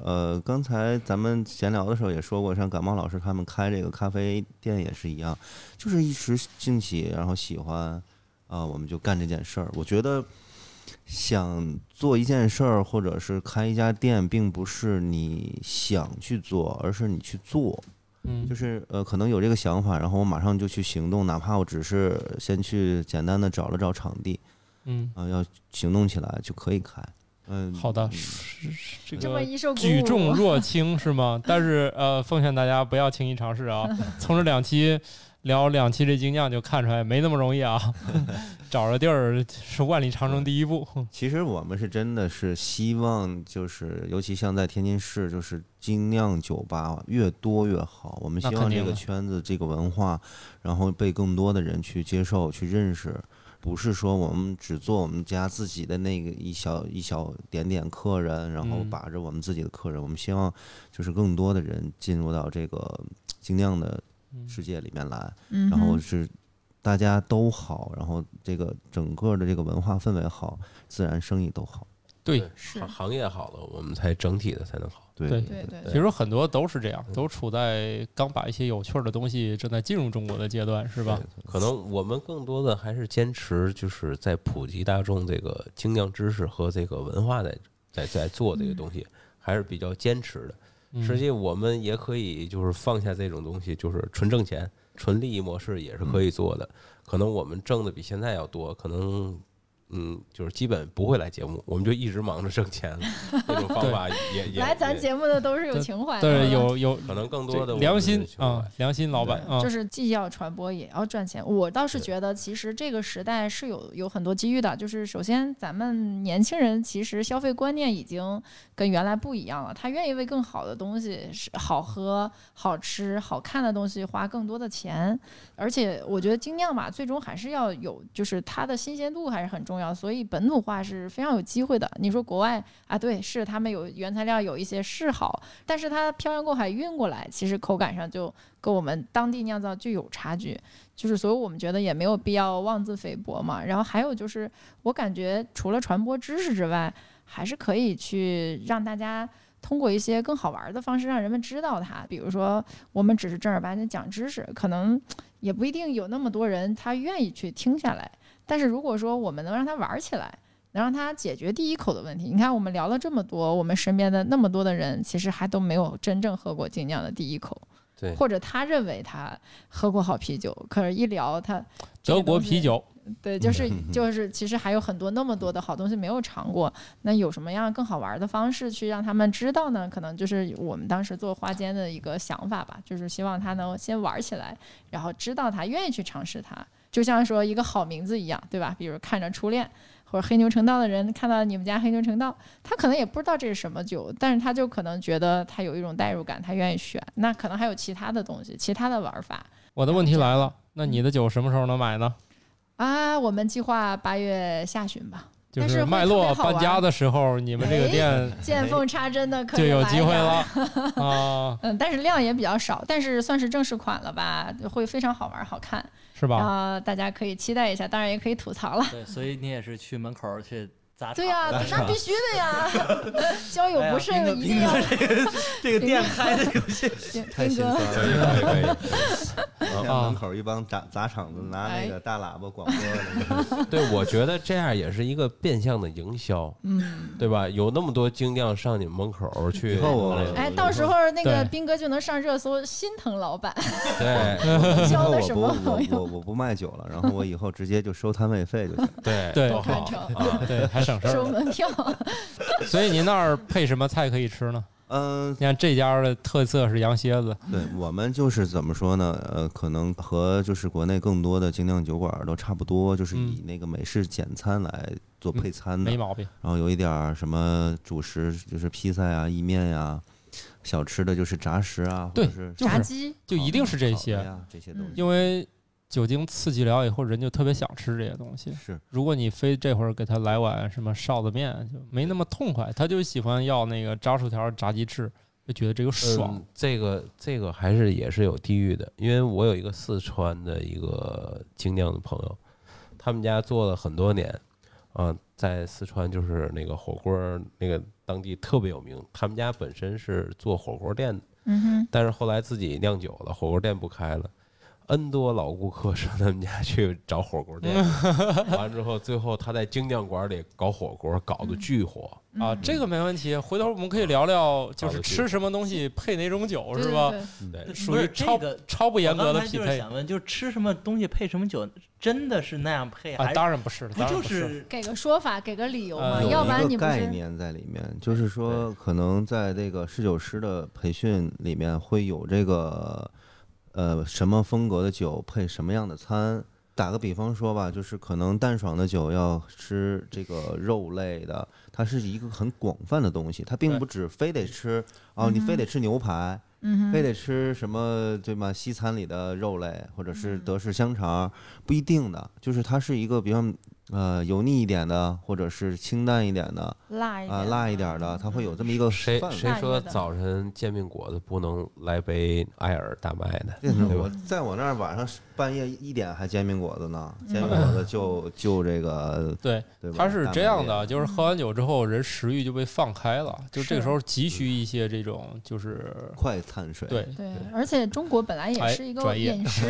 B: 呃，刚才咱们闲聊的时候也说过，像感冒老师他们开这个咖啡店也是一样，就是一时兴起，然后喜欢啊、我们就干这件事儿。我觉得想做一件事儿，或者是开一家店，并不是你想去做，而是你去做。
A: 嗯
B: 就，是呃，可能有这个想法，然后我马上就去行动，哪怕我只是先去简单的找了找场地
A: 嗯，
B: 啊、要行动起来就可以开。嗯，
A: 好的，
B: 嗯
A: 是是这
C: 这么
A: 个
C: 一受鼓
A: 举重
C: [LAUGHS] 舞，
A: 若轻是吗？但是呃，奉劝大家不要轻易尝试啊。
C: [LAUGHS]
A: 从这两期聊两期这精酿就看出来没那么容易啊，找着地儿是万里长城第一步。
B: 其实我们是真的是希望，就是尤其像在天津市，就是精酿酒吧越多越好。我们
A: 那
B: 希
A: 肯
B: 望这
A: 定
B: 个
A: 的
B: 圈子、这个文化，然后被更多的人去接受、去认识。不是说我们只做我们家自己的那个一小一小点点客人，然后
A: 嗯
B: 把着我们自己的客人，我们希望就是更多的人进入到这个精酿的
A: [LAUGHS] 嗯
B: 世界里面来。
C: 嗯
B: 然后
C: 哼，
B: 是大家都好，然后这个整个的这个文化氛围好，自然生意都好。
A: 对，
C: 是
D: 行行业好了，我们才整体的才能好。
B: 对
A: 对
C: 对对
A: 其实很多都是这样，都处在刚把一些有趣儿的东西正在进入中国的阶段，是吧？
D: 可能我们更多的还是坚持，就是在普及大众这个精酿知识和这个文化在在在做这个东西，还是比较坚持的。
A: 嗯
D: 实际我们也可以就是放下这种东西，就是纯挣钱、纯利益模式也是可以做的。可能我们挣的比现在要多，可能。嗯，就是基本不会来节目，我们就一直忙着挣钱了。那种方法也也
C: 来咱
D: 也
C: 节目的都是有
A: 对
C: 情怀的，
A: 对，有有
D: 可能更
A: 对
D: 多的我
A: 良
D: 们是
A: 心
D: 去
A: 啊
D: 买，
A: 良心老板啊
C: 就，是既要传播也要赚钱。我倒是觉得，其实这个时代是有有很多机遇的。就是首先，咱们年轻人其实消费观念已经跟原来不一样了，他愿意为更好的东西、是好喝、好吃、好看的东西花更多的钱。而且，我觉得精酿吧，最终还是要有，就是它的新鲜度还是很重要。所以，本土化是非常有机会的。你说国外啊，对，是他们有原材料有一些是好，但是它漂洋过海运过来，其实口感上就跟我们当地酿造就有差距，就是所以我们觉得也没有必要妄自菲薄嘛。然后还有就是，我感觉除了传播知识之外，还是可以去让大家。通过一些更好玩的方式让人们知道它，比如说我们只是正儿八经讲知识，可能也不一定有那么多人他愿意去听下来。但是如果说我们能让他玩起来，能让他解决第一口的问题，你看我们聊了这么多，我们身边的那么多的人，其实还都没有真正喝过精酿的第一口。
D: 对 [LAUGHS]
C: 或者他认为他喝过好啤酒，可是一聊他这
A: 德
C: 个
A: 国
C: 东西嗯
A: 啤，酒，
C: 对，就是就是，其实还有很多那么多的好东西没有尝过。那有什么样更好玩的方式去让他们知道呢？可能就是我们当时做花间的一个想法吧，就是希望他能先玩起来，然后知道他愿意去尝试它。就像说一个好名字一样，对吧？比如看着初恋或者黑牛城道的人看到你们家黑牛城道，他可能也不知道这是什么酒，但是他就可能觉得他有一种代入感，他愿意选。那可能还有其他的东西，其他的玩法
A: 我的问题来
C: 嗯
A: 了，那你的酒什么时候能买呢？
C: 啊。我们计划八月下旬吧。
A: 就
C: 但是会
A: 麦
C: 特别
A: 洛
C: 好玩
A: 搬家的时候，你们这个
C: 哎
A: 店
C: [LAUGHS]
A: [LAUGHS]
C: 见缝插针的可以
A: 就有
C: 来
A: 机
C: 一
A: 会
C: 下
A: 了啊，
C: 嗯，但是量也比较少，但是算是正式款了吧，会非常好玩好看，
A: 是
C: 然
A: 吧？
C: 后大家可以期待一下，当然也可以吐
F: [LAUGHS]
C: 槽了。
F: 对，所以你也是去门口去砸场。
C: 对呀、那必须的呀，交友
F: 哎呀
C: 不
F: 斌哥
C: 慎一定
F: 斌
C: 要
F: 哥这个这个店开的有些
C: 斌
B: 太
C: 斌
B: 心
C: 哥
B: 酸
D: 可以
B: 了。
D: 可以可以，
B: 现在门口一帮砸砸场子拿
C: 哎
B: 那个大喇叭广播
C: [LAUGHS]
B: 的，
D: 对，我觉得这样也是一个变相的营销，嗯，对吧？有那么多精酿上你们门口儿去
B: 以后我
D: 来，
C: 哎，到时候那个
A: 对
C: 斌哥就能上热搜，心疼老板
D: 对
B: 以
C: 交
B: 后
C: 的
B: 我
C: 什
B: 不
C: 么朋
B: 我我
C: 友，
B: 我不卖酒了，然后我以后直接就收摊位费就
C: [LAUGHS]
B: 行。
D: 对
A: 对
D: 多
C: 看
D: 好
C: 成
D: 啊！
A: 对，还省事
C: 收
A: 儿。
C: 门票。
A: 所以您那儿配什么菜可以吃呢？
B: 嗯，
A: 你看这家的特色是羊蝎子，
B: 对我们就是怎么说呢？呃，可能和就是国内更多的精酿酒馆都差不多，就是以那个美式简餐来做配
D: 嗯
B: 餐的，
A: 没毛病。
B: 然后有一点儿什么主食，就是披萨呀、意面呀，小吃的就是炸食啊，或
A: 对
B: 者是
A: 就是
C: 炸鸡，
A: 就一定是这
B: 烤的
A: 些，
B: 呀，这些东
C: 嗯
B: 西
A: 因为酒精刺激了以后，人就特别想吃这些东西。
B: 是
A: 如果你非这会儿给他来碗什么臊子面，就没那么痛快，他就喜欢要那个炸薯条、炸鸡翅，就觉得这个爽
D: 嗯。这个这个还是也是有地域的，因为我有一个四川的一个精酿的朋友，他们家做了很多年，啊、在四川就是那个火锅儿那个当地特别有名，他们家本身是做火锅店的。
C: 嗯哼，
D: 但是后来自己酿酒了，火锅店不开了，N 多老顾客上他们家去找火锅
C: [LAUGHS]
D: 店，完之后最后他在精酿馆里搞火锅，搞得巨火。
B: 嗯
A: 啊，这个没问题。回头我们可以聊聊，就
D: 好
A: 是
D: 的
A: 吃什么东西配哪种酒，
C: 对
A: 是
C: 对
A: 吧？
C: 对
D: 对，
A: 属于
F: 不是
A: 超
F: 这个
A: 超不严格的
F: 我刚才
A: 匹
F: 就是
A: 配
F: 想问，就是吃什么东西配什么酒，真的是那样配，
A: 啊，
F: 还是
A: 当然不是了，
F: 不
A: 当然
F: 哎就
A: 不了
F: 是
C: 给个说法，给个理由嘛，
A: 呃
B: 有
C: 要不然
B: 一
C: 你
B: 个
C: 不
B: 概
C: 是
B: 念在里面，就是说可能在这个侍酒师的培训里面会有这个呃什么风格的酒配什么样的餐。打个比方说吧，就是可能淡爽的酒要吃这个肉类的，它是一个很广泛的东西，它并
A: 对
B: 不只非得吃哦，你非得吃牛排，
C: 嗯
B: 非
C: 哼，
B: 得吃什么对吗？西餐里的肉类，或者
C: 嗯
B: 是德式香肠，不一定的，就是它是一个，比方呃油腻一点的，或者是清淡一点的，
C: 辣一
B: 啊、
C: 点
B: 辣
C: 的嗯
B: 一点的，它会有这么一个
D: 谁
B: 范围。
D: 谁说早晨煎饼果子不能来杯艾尔大麦的？
B: 这是
D: 嗯对
B: 我
D: 吧
B: 在我那儿晚上半夜一点还煎饼果子呢，
C: 嗯
B: 煎饼果子
C: [LAUGHS]
B: 就就这个
A: 对，
B: 对吧？
A: 它是
B: 大
A: 这
B: 麦
A: 样
B: 粒儿
A: 的，，就是喝完酒之后，人食欲就被放开了，就这个
C: 是
A: 时候急需一些这种，就是
B: 快碳水。
A: 对，
C: 对，而且中国本来也
A: 哎
C: 是一个
A: 专业 [LAUGHS]
C: 饮食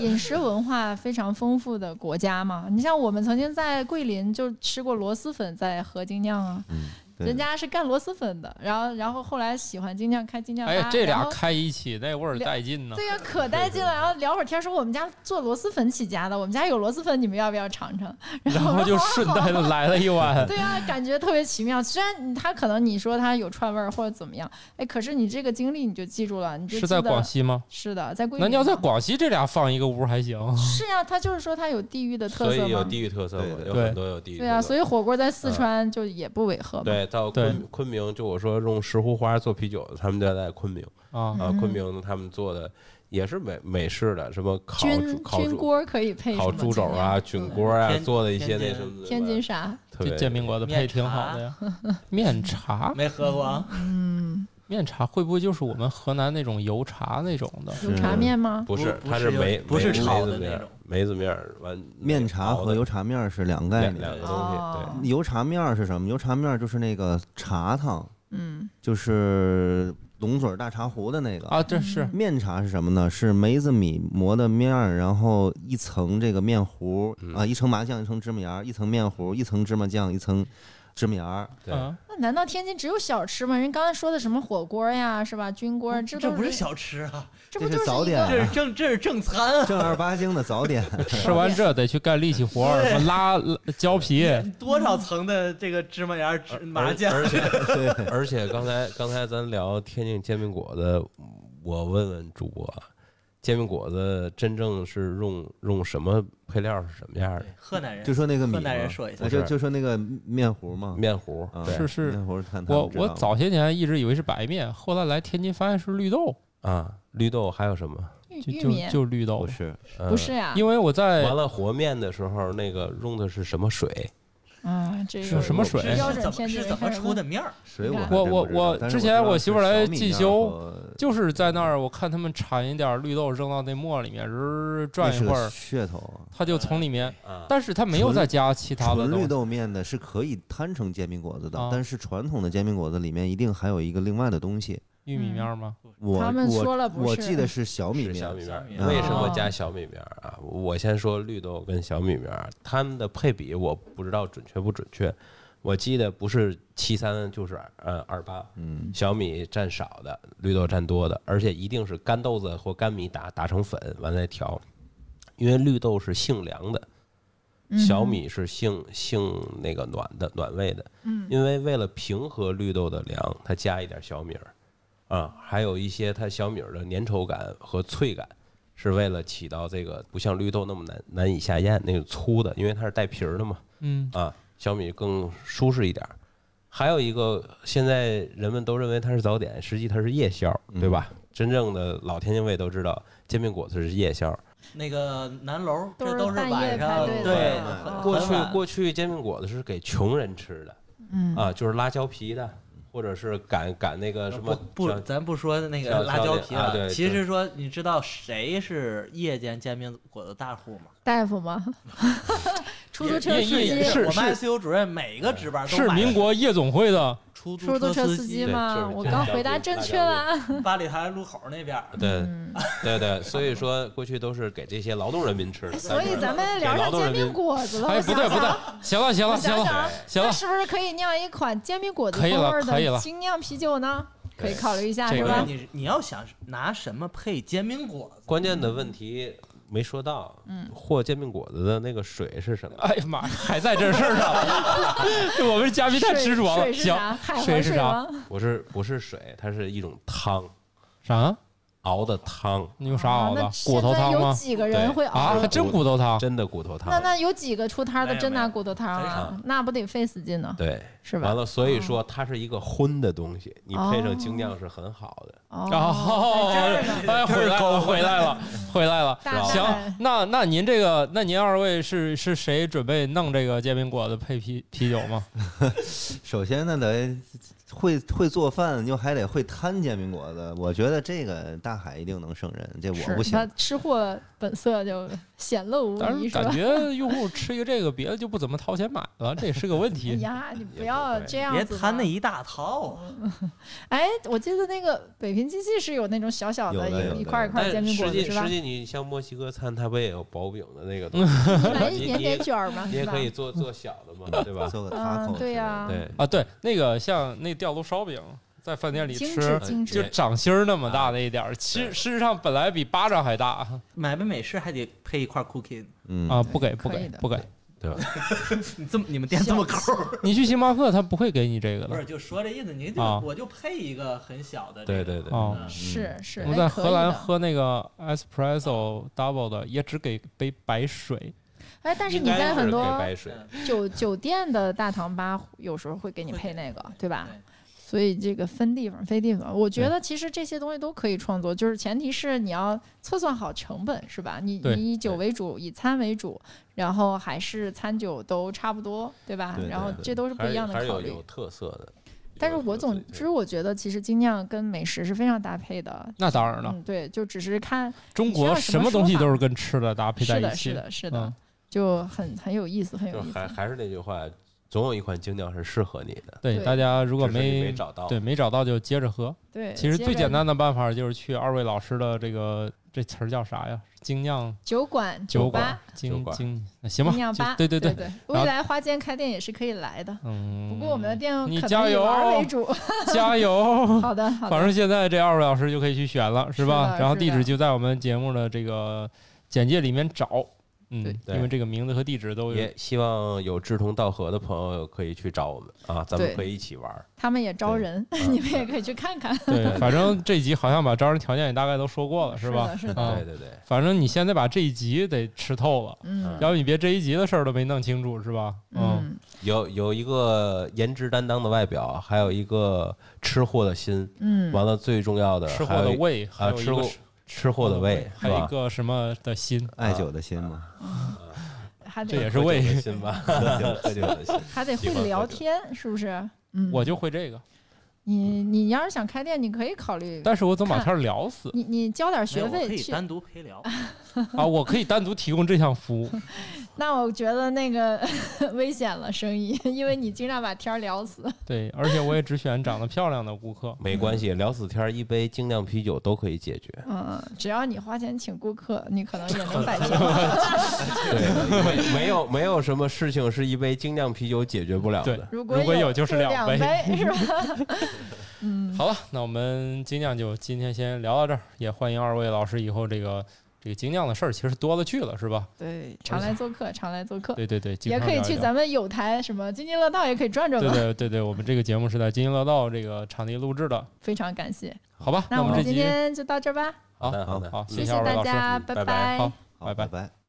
C: 饮食文化非常丰富的国家嘛。你像我们曾经在桂林就吃过螺蛳粉，在河精酿啊，
B: 嗯，对
C: 人家是干螺蛳粉的，然后然后后来喜欢精酿开精酿吧，
A: 哎呀，这
C: 然
A: 俩
C: 后
A: 开一起那味儿带劲呢。
C: 对呀、可带劲了。然后聊会儿天，说我们家做螺蛳粉起家的，我们家有螺蛳粉，你们要不要尝尝？
A: 然后
C: [LAUGHS]
A: 就顺带的来了一碗。
C: 对啊，感觉特别奇妙。虽然你他可能你说他有串味儿或者怎么样，哎，可是你这个经历你就记住了，你就是记
A: 在
C: 得
A: 广西吗？
C: 是的，在桂林
A: 那
C: 嘛。
A: 你要在广西，这俩放一个屋还行。
C: 是呀、他就是说他有地域的特
D: 所
C: 色
D: 以有
C: 嘛。
D: 地域特色嘛，
B: 对
D: 有
A: 对
D: 很多有地域特色。
C: 对啊，所以火锅在四
D: 嗯
C: 川就也不违和嘛。
D: 对到
A: 对
D: 昆昆明，就我说用石斛花做啤酒，他们家在昆明
A: 啊，
D: 啊
C: 嗯，
D: 昆明他们做的也是美美式的，什么烤猪
C: 菌
D: 烤
C: 菌
D: 猪
C: 锅可以配
D: 烤
C: 什么
D: 猪肘啊、
C: 精
D: 菌
C: 酿
D: 锅啊，
F: 天
D: 做的一些那
F: 天津
D: 什么的
C: 天津啥？
D: 特
A: 这
D: 别
A: 煎饼果子配挺好的呀。面茶，
C: [LAUGHS]
F: 没喝过啊？
C: 嗯
A: 面茶会不会就是我们河南那种油茶那种的？
C: 有茶
D: 嗯
C: 面吗？
D: 不是，
F: 不
D: 它
F: 是
D: 是
F: 有
D: 梅
F: 不是
D: 梅子
F: 炒的
D: 面
F: 那
D: 儿
F: 种
D: 梅子面儿完
B: 面茶和油茶面儿是两个概
D: 两
B: 念
D: 两。个东
C: 哦
D: 西，
B: 油茶面儿是什么？油茶面儿就是那个茶汤，
C: 嗯，
B: 就是龙嘴儿大茶壶的那个
A: 啊，这是
B: 面茶是什么呢？是梅子米磨的面儿，然后一层这个面糊啊，一层麻酱，一层芝麻芽儿，一层面糊，一层芝麻酱，一层芝麻芽儿。
D: 对对。
A: 啊，
C: 那难道天津只有小吃吗？人刚才说的什么火锅呀，是吧？菌锅，这
F: 嗯这
C: 都
F: 不是，小吃啊，
C: 这不
B: 这
C: 就是是
B: 早
C: 一
B: 点
C: 个
B: 啊
F: 这是正这是正
A: [LAUGHS]
F: 餐啊，
B: 正儿八经的早点，
A: 吃完这得去干力气活儿，什么
C: [LAUGHS]
A: 拉拉胶皮。
F: 多少层的这个芝麻芽芝麻酱，
D: 而且
B: [LAUGHS] 对，
D: 而且刚才刚才咱聊天津煎饼果子，我问问主播啊，煎饼果子真正是用用什么配料是什么样的
F: 对？河南人
B: 就说那个米嘛，
F: 河南人说一下
B: 啊就
D: 不是
B: 就说那个面糊嘛，
D: 面糊
B: 啊
D: 对
A: 是是
B: 面糊看他
A: 我
B: 们知道
A: 我
B: 吗
A: 早些年一直以为是白面，后来来天津发现是绿豆，
D: 啊，绿豆还有什么？
C: 玉
A: 就
C: 玉
A: 就
C: 米，
A: 就绿豆
B: 不。是
D: 呃
C: 不是呀？
A: 因为我在
D: 完了和面的时候，那个用的是什么水？
C: 啊，这
A: 是什么水
G: 是
C: 标
G: 是
C: 准
G: 怎
C: 天
G: 么
C: 津
G: 是
C: 人
G: 怎么
C: 开始
G: 出
C: 问
G: 的面儿？
B: 水我
C: 我
B: 还真
A: 我
B: 不知道
A: 我
B: 但是
A: 之前
B: 知道
A: 我媳妇儿来
B: 是小米
A: 进
B: 酿
A: 修
B: 和
A: 就是在那儿，我看他们铲一点绿豆扔到那沫里面，儿
B: 那
A: 转一
B: 是
A: 会
B: 个
A: 儿，
B: 噱头啊。
A: 它就从里面，
D: 啊，
A: 但是它没有再加其他的
B: 纯
A: 东
B: 绿
A: 西。
B: 豆面呢是可以摊成煎饼果子的，
A: 啊
B: 但是传统的煎饼果子里面一定还有一个另外的东西。
A: 玉米面吗？
B: 我
C: 他们说了
B: 我
C: 不
B: 我
C: 是
B: 记得是小米
D: 是
B: 面
D: 小，米面儿
G: 小米，
B: 面儿
D: 为什么加小米面儿啊？我先说绿豆跟小米面儿，它们的配比我不知道准确不准确，我记得不是七三就是呃二八，
B: 嗯，
D: 小米占少的，绿豆占多的，而且一定是干豆子或干米打打成粉，完了再调，因为绿豆是性凉的，小米是性性那个暖的暖胃的，嗯，因为为了平和绿豆的凉，它加一点小米儿，啊，还有一些它小米儿的粘稠感和脆感，是为了起到这个不像绿豆那么难难以下咽那种粗的，因为它是带皮儿的嘛，
A: 嗯，
D: 啊，小米更舒适一点儿。还有一个，现在人们都认为它是早点，实际它是夜宵，对吧？真正的老天津卫都知道，煎饼果子是夜宵。
G: 那个南楼，
C: 都
G: 这
C: 是
G: 都是
C: 半夜
G: 晚
C: 排
G: 上
C: 队的
G: 对
C: 嗯
G: 很
D: 过去
G: 很晚
D: 过去煎饼果子是给穷人吃的，
C: 嗯
D: 啊，就是拉胶皮的，或者是擀擀那
G: 呃
D: 个什么
G: 不
D: 小
G: 不，咱不说那
D: 小
G: 个辣
D: 小
G: 椒
D: 点
G: 皮
D: 啊对
G: 了。其
D: 对
G: 实说，你知道谁是夜间煎饼果子大户吗？
C: 大夫吗？ [LAUGHS] 出租车
A: 也
C: 司
A: 也
C: 机
A: 也是
G: 我们 ICU 主任每个值班都
A: 是
G: 买
A: 民国夜总会的
G: 出租
C: 出租车司
G: 司
C: 机
D: 对
C: 吗？
D: 就是
C: 我
D: 这
C: 刚
D: 个
C: 回答
D: 标准
C: 正
D: 大
C: 确
D: 标准
C: 了。
G: 八里台路口那边儿。
D: 对
C: 嗯
D: 对对，所以说过去都是给这些劳动人民吃的。
C: 哎所以咱们
D: 给
C: 聊
D: 劳
C: 上
D: 动
C: 煎
D: 人
C: 饼
D: 民
C: 果子了。
A: 哎，
C: 我
A: 不
C: 想
A: 对
C: 想
A: 不对，行了行
C: 我
A: 了行
C: 想
A: 了
C: 想，
A: 行
C: 那
A: 了，
C: 是不是可以酿一款煎饼果子
A: 可以
C: 风
A: 了
C: 味
A: 可以
C: 的
A: 了
C: 精酿啤酒呢？可以考虑一下，
A: 这
C: 是
A: 个
C: 吧？
G: 你你要想拿什么配煎饼果子？
D: 关键的问题没说到，嗯，和煎饼果子的那个水是什么？
A: 哎呀妈，呀，还在这事儿上，
C: [LAUGHS]
A: 这我们嘉宾太执着了。
C: 水是
A: 行，
C: 啥？海
A: 水
C: 河
A: 是
C: 水
A: 啥
C: 吗？
D: 不是不是水，它是一种汤，
A: 啥？
D: 熬的汤，
A: 你有啥
C: 啊
A: 熬的
C: 那？现
A: 骨头
C: 在
A: 汤
C: 有
A: 吗？
C: 几个哦人
D: 对
C: 会
A: 啊，
C: 熬
A: 还
C: 的？
A: 真骨头汤。
D: 真的骨头汤。
C: 那那有几个出摊儿的
G: 没有
C: 真
G: 没有
C: 拿骨头汤
G: 很
C: 啊
G: 少？
C: 那不得费死劲呢？
D: 对，
C: 是吧哦
D: 完？了，所以说它是一个荤的东西，你配上精酿是很好的。
A: 哦， [LAUGHS] 哎，回来了，回来了，回来了。
C: 大
A: 行
C: 概，
A: 那那您这个，那您二位是是谁准备弄这个煎饼果子配啤啤酒吗？
B: 首先呢得会会做饭，又还得会摊煎饼果子。我觉得这个大海一定能胜任，这我不
C: 是
B: 行
C: 他。吃货本色就显露无
A: 但
C: 遗，
A: 是
C: 是
A: 感
C: 吧？
A: 觉用户吃一个这个，别的就不怎么掏钱买了，这也是个问
C: 哎
A: 题。
C: [LAUGHS] 呀，你不要这样
G: 别
C: 子嘛
G: 摊那一大套啊！
C: 哎，我记得那个北平机器是有那种小小
B: 有的有
C: 一
B: 的
C: 一块儿一块儿
D: 但
C: 煎饼果
D: 实
C: 子
D: 际
C: 是吧
D: 实？际你像墨西哥餐，它不也有薄饼的那个东西？
C: [LAUGHS] 你来
D: 你
C: 一点点
D: 你
C: 卷儿嘛，
D: 你
C: 是
D: 也
C: 吧
D: 可？以做做小的嘛，对吧？
B: 做个 taco 之类
C: 嗯，
B: 的
C: 对呀，
D: 对，
A: 啊，对，那个像那吊炉烧饼，在饭店里
C: 精
A: 吃
D: 啊
C: 致精
A: 就
C: 致，
A: 掌心儿那么大的一点儿，其实
D: 对
A: 事实上本来比巴掌还大
G: 买杯美式还得配一块 cookie，
B: 嗯
A: 啊！不给不
C: 可以
A: 给
C: 的
A: 不给，
G: 你这么你们店这么抠儿？
A: 你去星巴克他不会给你这个
G: [LAUGHS] 不
A: 的
G: 是，就说这意思，你就
A: 啊
G: 我就配一个很小的。
D: 对对对，
A: 哦。
G: 嗯
C: 是是。
A: 我们
C: 哎
A: 在
C: 可
A: 荷
C: 以
A: 兰
C: 的
A: 喝那个 espresso double 的，也只给杯白水。
C: 哎，但是
D: 应
C: 你
D: 该
C: 在很
D: 是
C: 多嗯
D: 给白水，
C: 酒酒店的大堂吧，有时候会给你
G: 会
C: 配
G: 给
C: 那个，对吧？
G: 对
C: 所以这个分地方非地方，我觉得其实这些东西都可以创作，就是前提是你要测算好成本，是吧？你
A: 对
C: 你以酒为主，以餐为主，然后还是餐酒都差不多，对吧？
B: 对对
C: 然后
B: 对
C: 这都是不
D: 还
C: 一
D: 是
C: 样
D: 还
C: 的
D: 是
C: 考
D: 有
C: 虑
D: 有。特色的。
C: 但是
D: 有
C: 我
D: 有自己
C: 总
D: 的
C: 之，我觉得其实精酿跟美食是非常搭配的。
A: 那当然了，
C: 嗯，对，就只是看
A: 中
C: 需
A: 国
C: 要什么
A: 么东西
C: 说法
A: 都是跟吃的搭配在
C: 是
A: 一
C: 的，
A: 起。
C: 是的，是的，
A: 嗯
C: 就很很有意思，很有
D: 就
C: 意
D: 是
C: 思
D: 还。还是那句话，总有一款精酿是适合你的。
A: 对，
C: 对
A: 大家如果
D: 只是你
A: 没
D: 没找到
A: 对没找到就接着喝。
C: 对，
A: 其实
C: 接
A: 最
C: 着
A: 简单的办法就是去二位老师的这个这词儿叫啥呀？精酿
C: 酒馆、
A: 酒
C: 吧
A: 馆、，精
D: 馆
A: 精，那行吧
C: 精，酿
A: 就
C: 吧，
A: 对
C: 对
A: 对对，
C: 对，
A: 然后
C: 未来花间开店也是可以来的。
A: 嗯。
C: 不过我们的店
A: 你
C: 可
A: 加
C: 能以
A: 油
C: 玩
A: 哦
C: 儿
A: [LAUGHS]
C: 为主。
A: 加油。
C: [LAUGHS] 好的，好
A: [LAUGHS] 反
C: 的，
A: 正现在这二位老师就可以去选了，是吧？
C: 是的
A: 然后
C: 是
A: 地
C: 的
A: 址就在我们节目的这个简介里面找。嗯，
D: 对
A: 因为这个名字和地址都有
D: 也希望有志同道合的朋友可以去找我们啊，咱们
C: 对
D: 可以一起玩儿。
C: 他们也招人， [LAUGHS]
D: 嗯
C: 你们也可以去看看。
A: 对，反正这集好像把招人条件也大概都说过了，
C: 是
A: 吧？[LAUGHS]
C: 的，是的，
A: 啊
D: 对对对，
A: 反正你现在把这一集得吃透了，
C: 嗯
A: 要不你别这一集的事儿都没弄清楚，是吧？嗯，
C: 嗯
D: 有有一个颜值担当的外表，还有一个吃货的心，
C: 嗯，
D: 完了最重要的
A: 吃货
D: 还有
A: 的
D: 一
A: 胃，嗯还
D: 啊，
A: 有一
D: 吃
A: 个
D: 货吃货的胃，
A: 还有一个什么的心，
B: 爱酒的心嘛，
C: 哎还
A: 这也
C: 得
A: 是为
D: 喝酒的
A: [LAUGHS]
D: 心吧，喝酒喝酒的心。
C: 还得
D: 喜
C: 会
D: 欢喝
C: 聊
D: 酒
C: 天，是不是？嗯，
A: 我就会这个，
C: 你你要是想开店，你可以考虑，
A: 但是我总把
C: 看
A: 天儿聊死
C: 你你交点
G: 没有
C: 学
G: 我可
C: 费
G: 以
C: 去。
G: 单独陪聊，
C: [LAUGHS]
A: 啊！我可以单独提供这项服务，
C: 那我觉得那个 [LAUGHS] 危险了生意，因为你经常把天儿聊死。
A: 对，而且我也只选长得漂亮的顾客。
D: 没关系，聊死天儿，一杯精酿啤酒都可以解决。
C: 嗯，只要你花钱请顾客，你可能也能摆平。
D: [LAUGHS] 对，没没有没有什么事情是一杯精酿啤酒解决不了
A: 对
D: 的。，
C: 如
A: 果有
C: 就
A: 就是
C: 两
A: 杯。 [LAUGHS]
C: 是吧？嗯，
A: 好了，那我们精酿就今天先聊到这儿，也欢迎二位老师以后这个这个精酿的事儿其实多了去了，是吧？
C: 对，常来做客，常来做客，
A: 对对对，经
C: 也
A: 常
C: 可以
A: 聊一
C: 去
A: 聊
C: 咱们有台什么津津乐道，也可以转转
A: 对
C: 嘛。
A: 对对对，我们这个节目是在津津乐道这个场地录制的，
C: 非常感谢，
A: 好吧？
C: 那
A: 我
C: 我
A: 们
C: 们
A: 这
C: 今
A: 集
C: 天就到这儿吧，
A: 好
D: 好的好的
A: 好，
C: 谢
A: 谢
C: 谢
A: 二位
C: 大
A: 老师，
C: 家，
D: 嗯拜拜
C: 拜
A: 好
B: 好
A: 啊拜拜
B: 拜拜。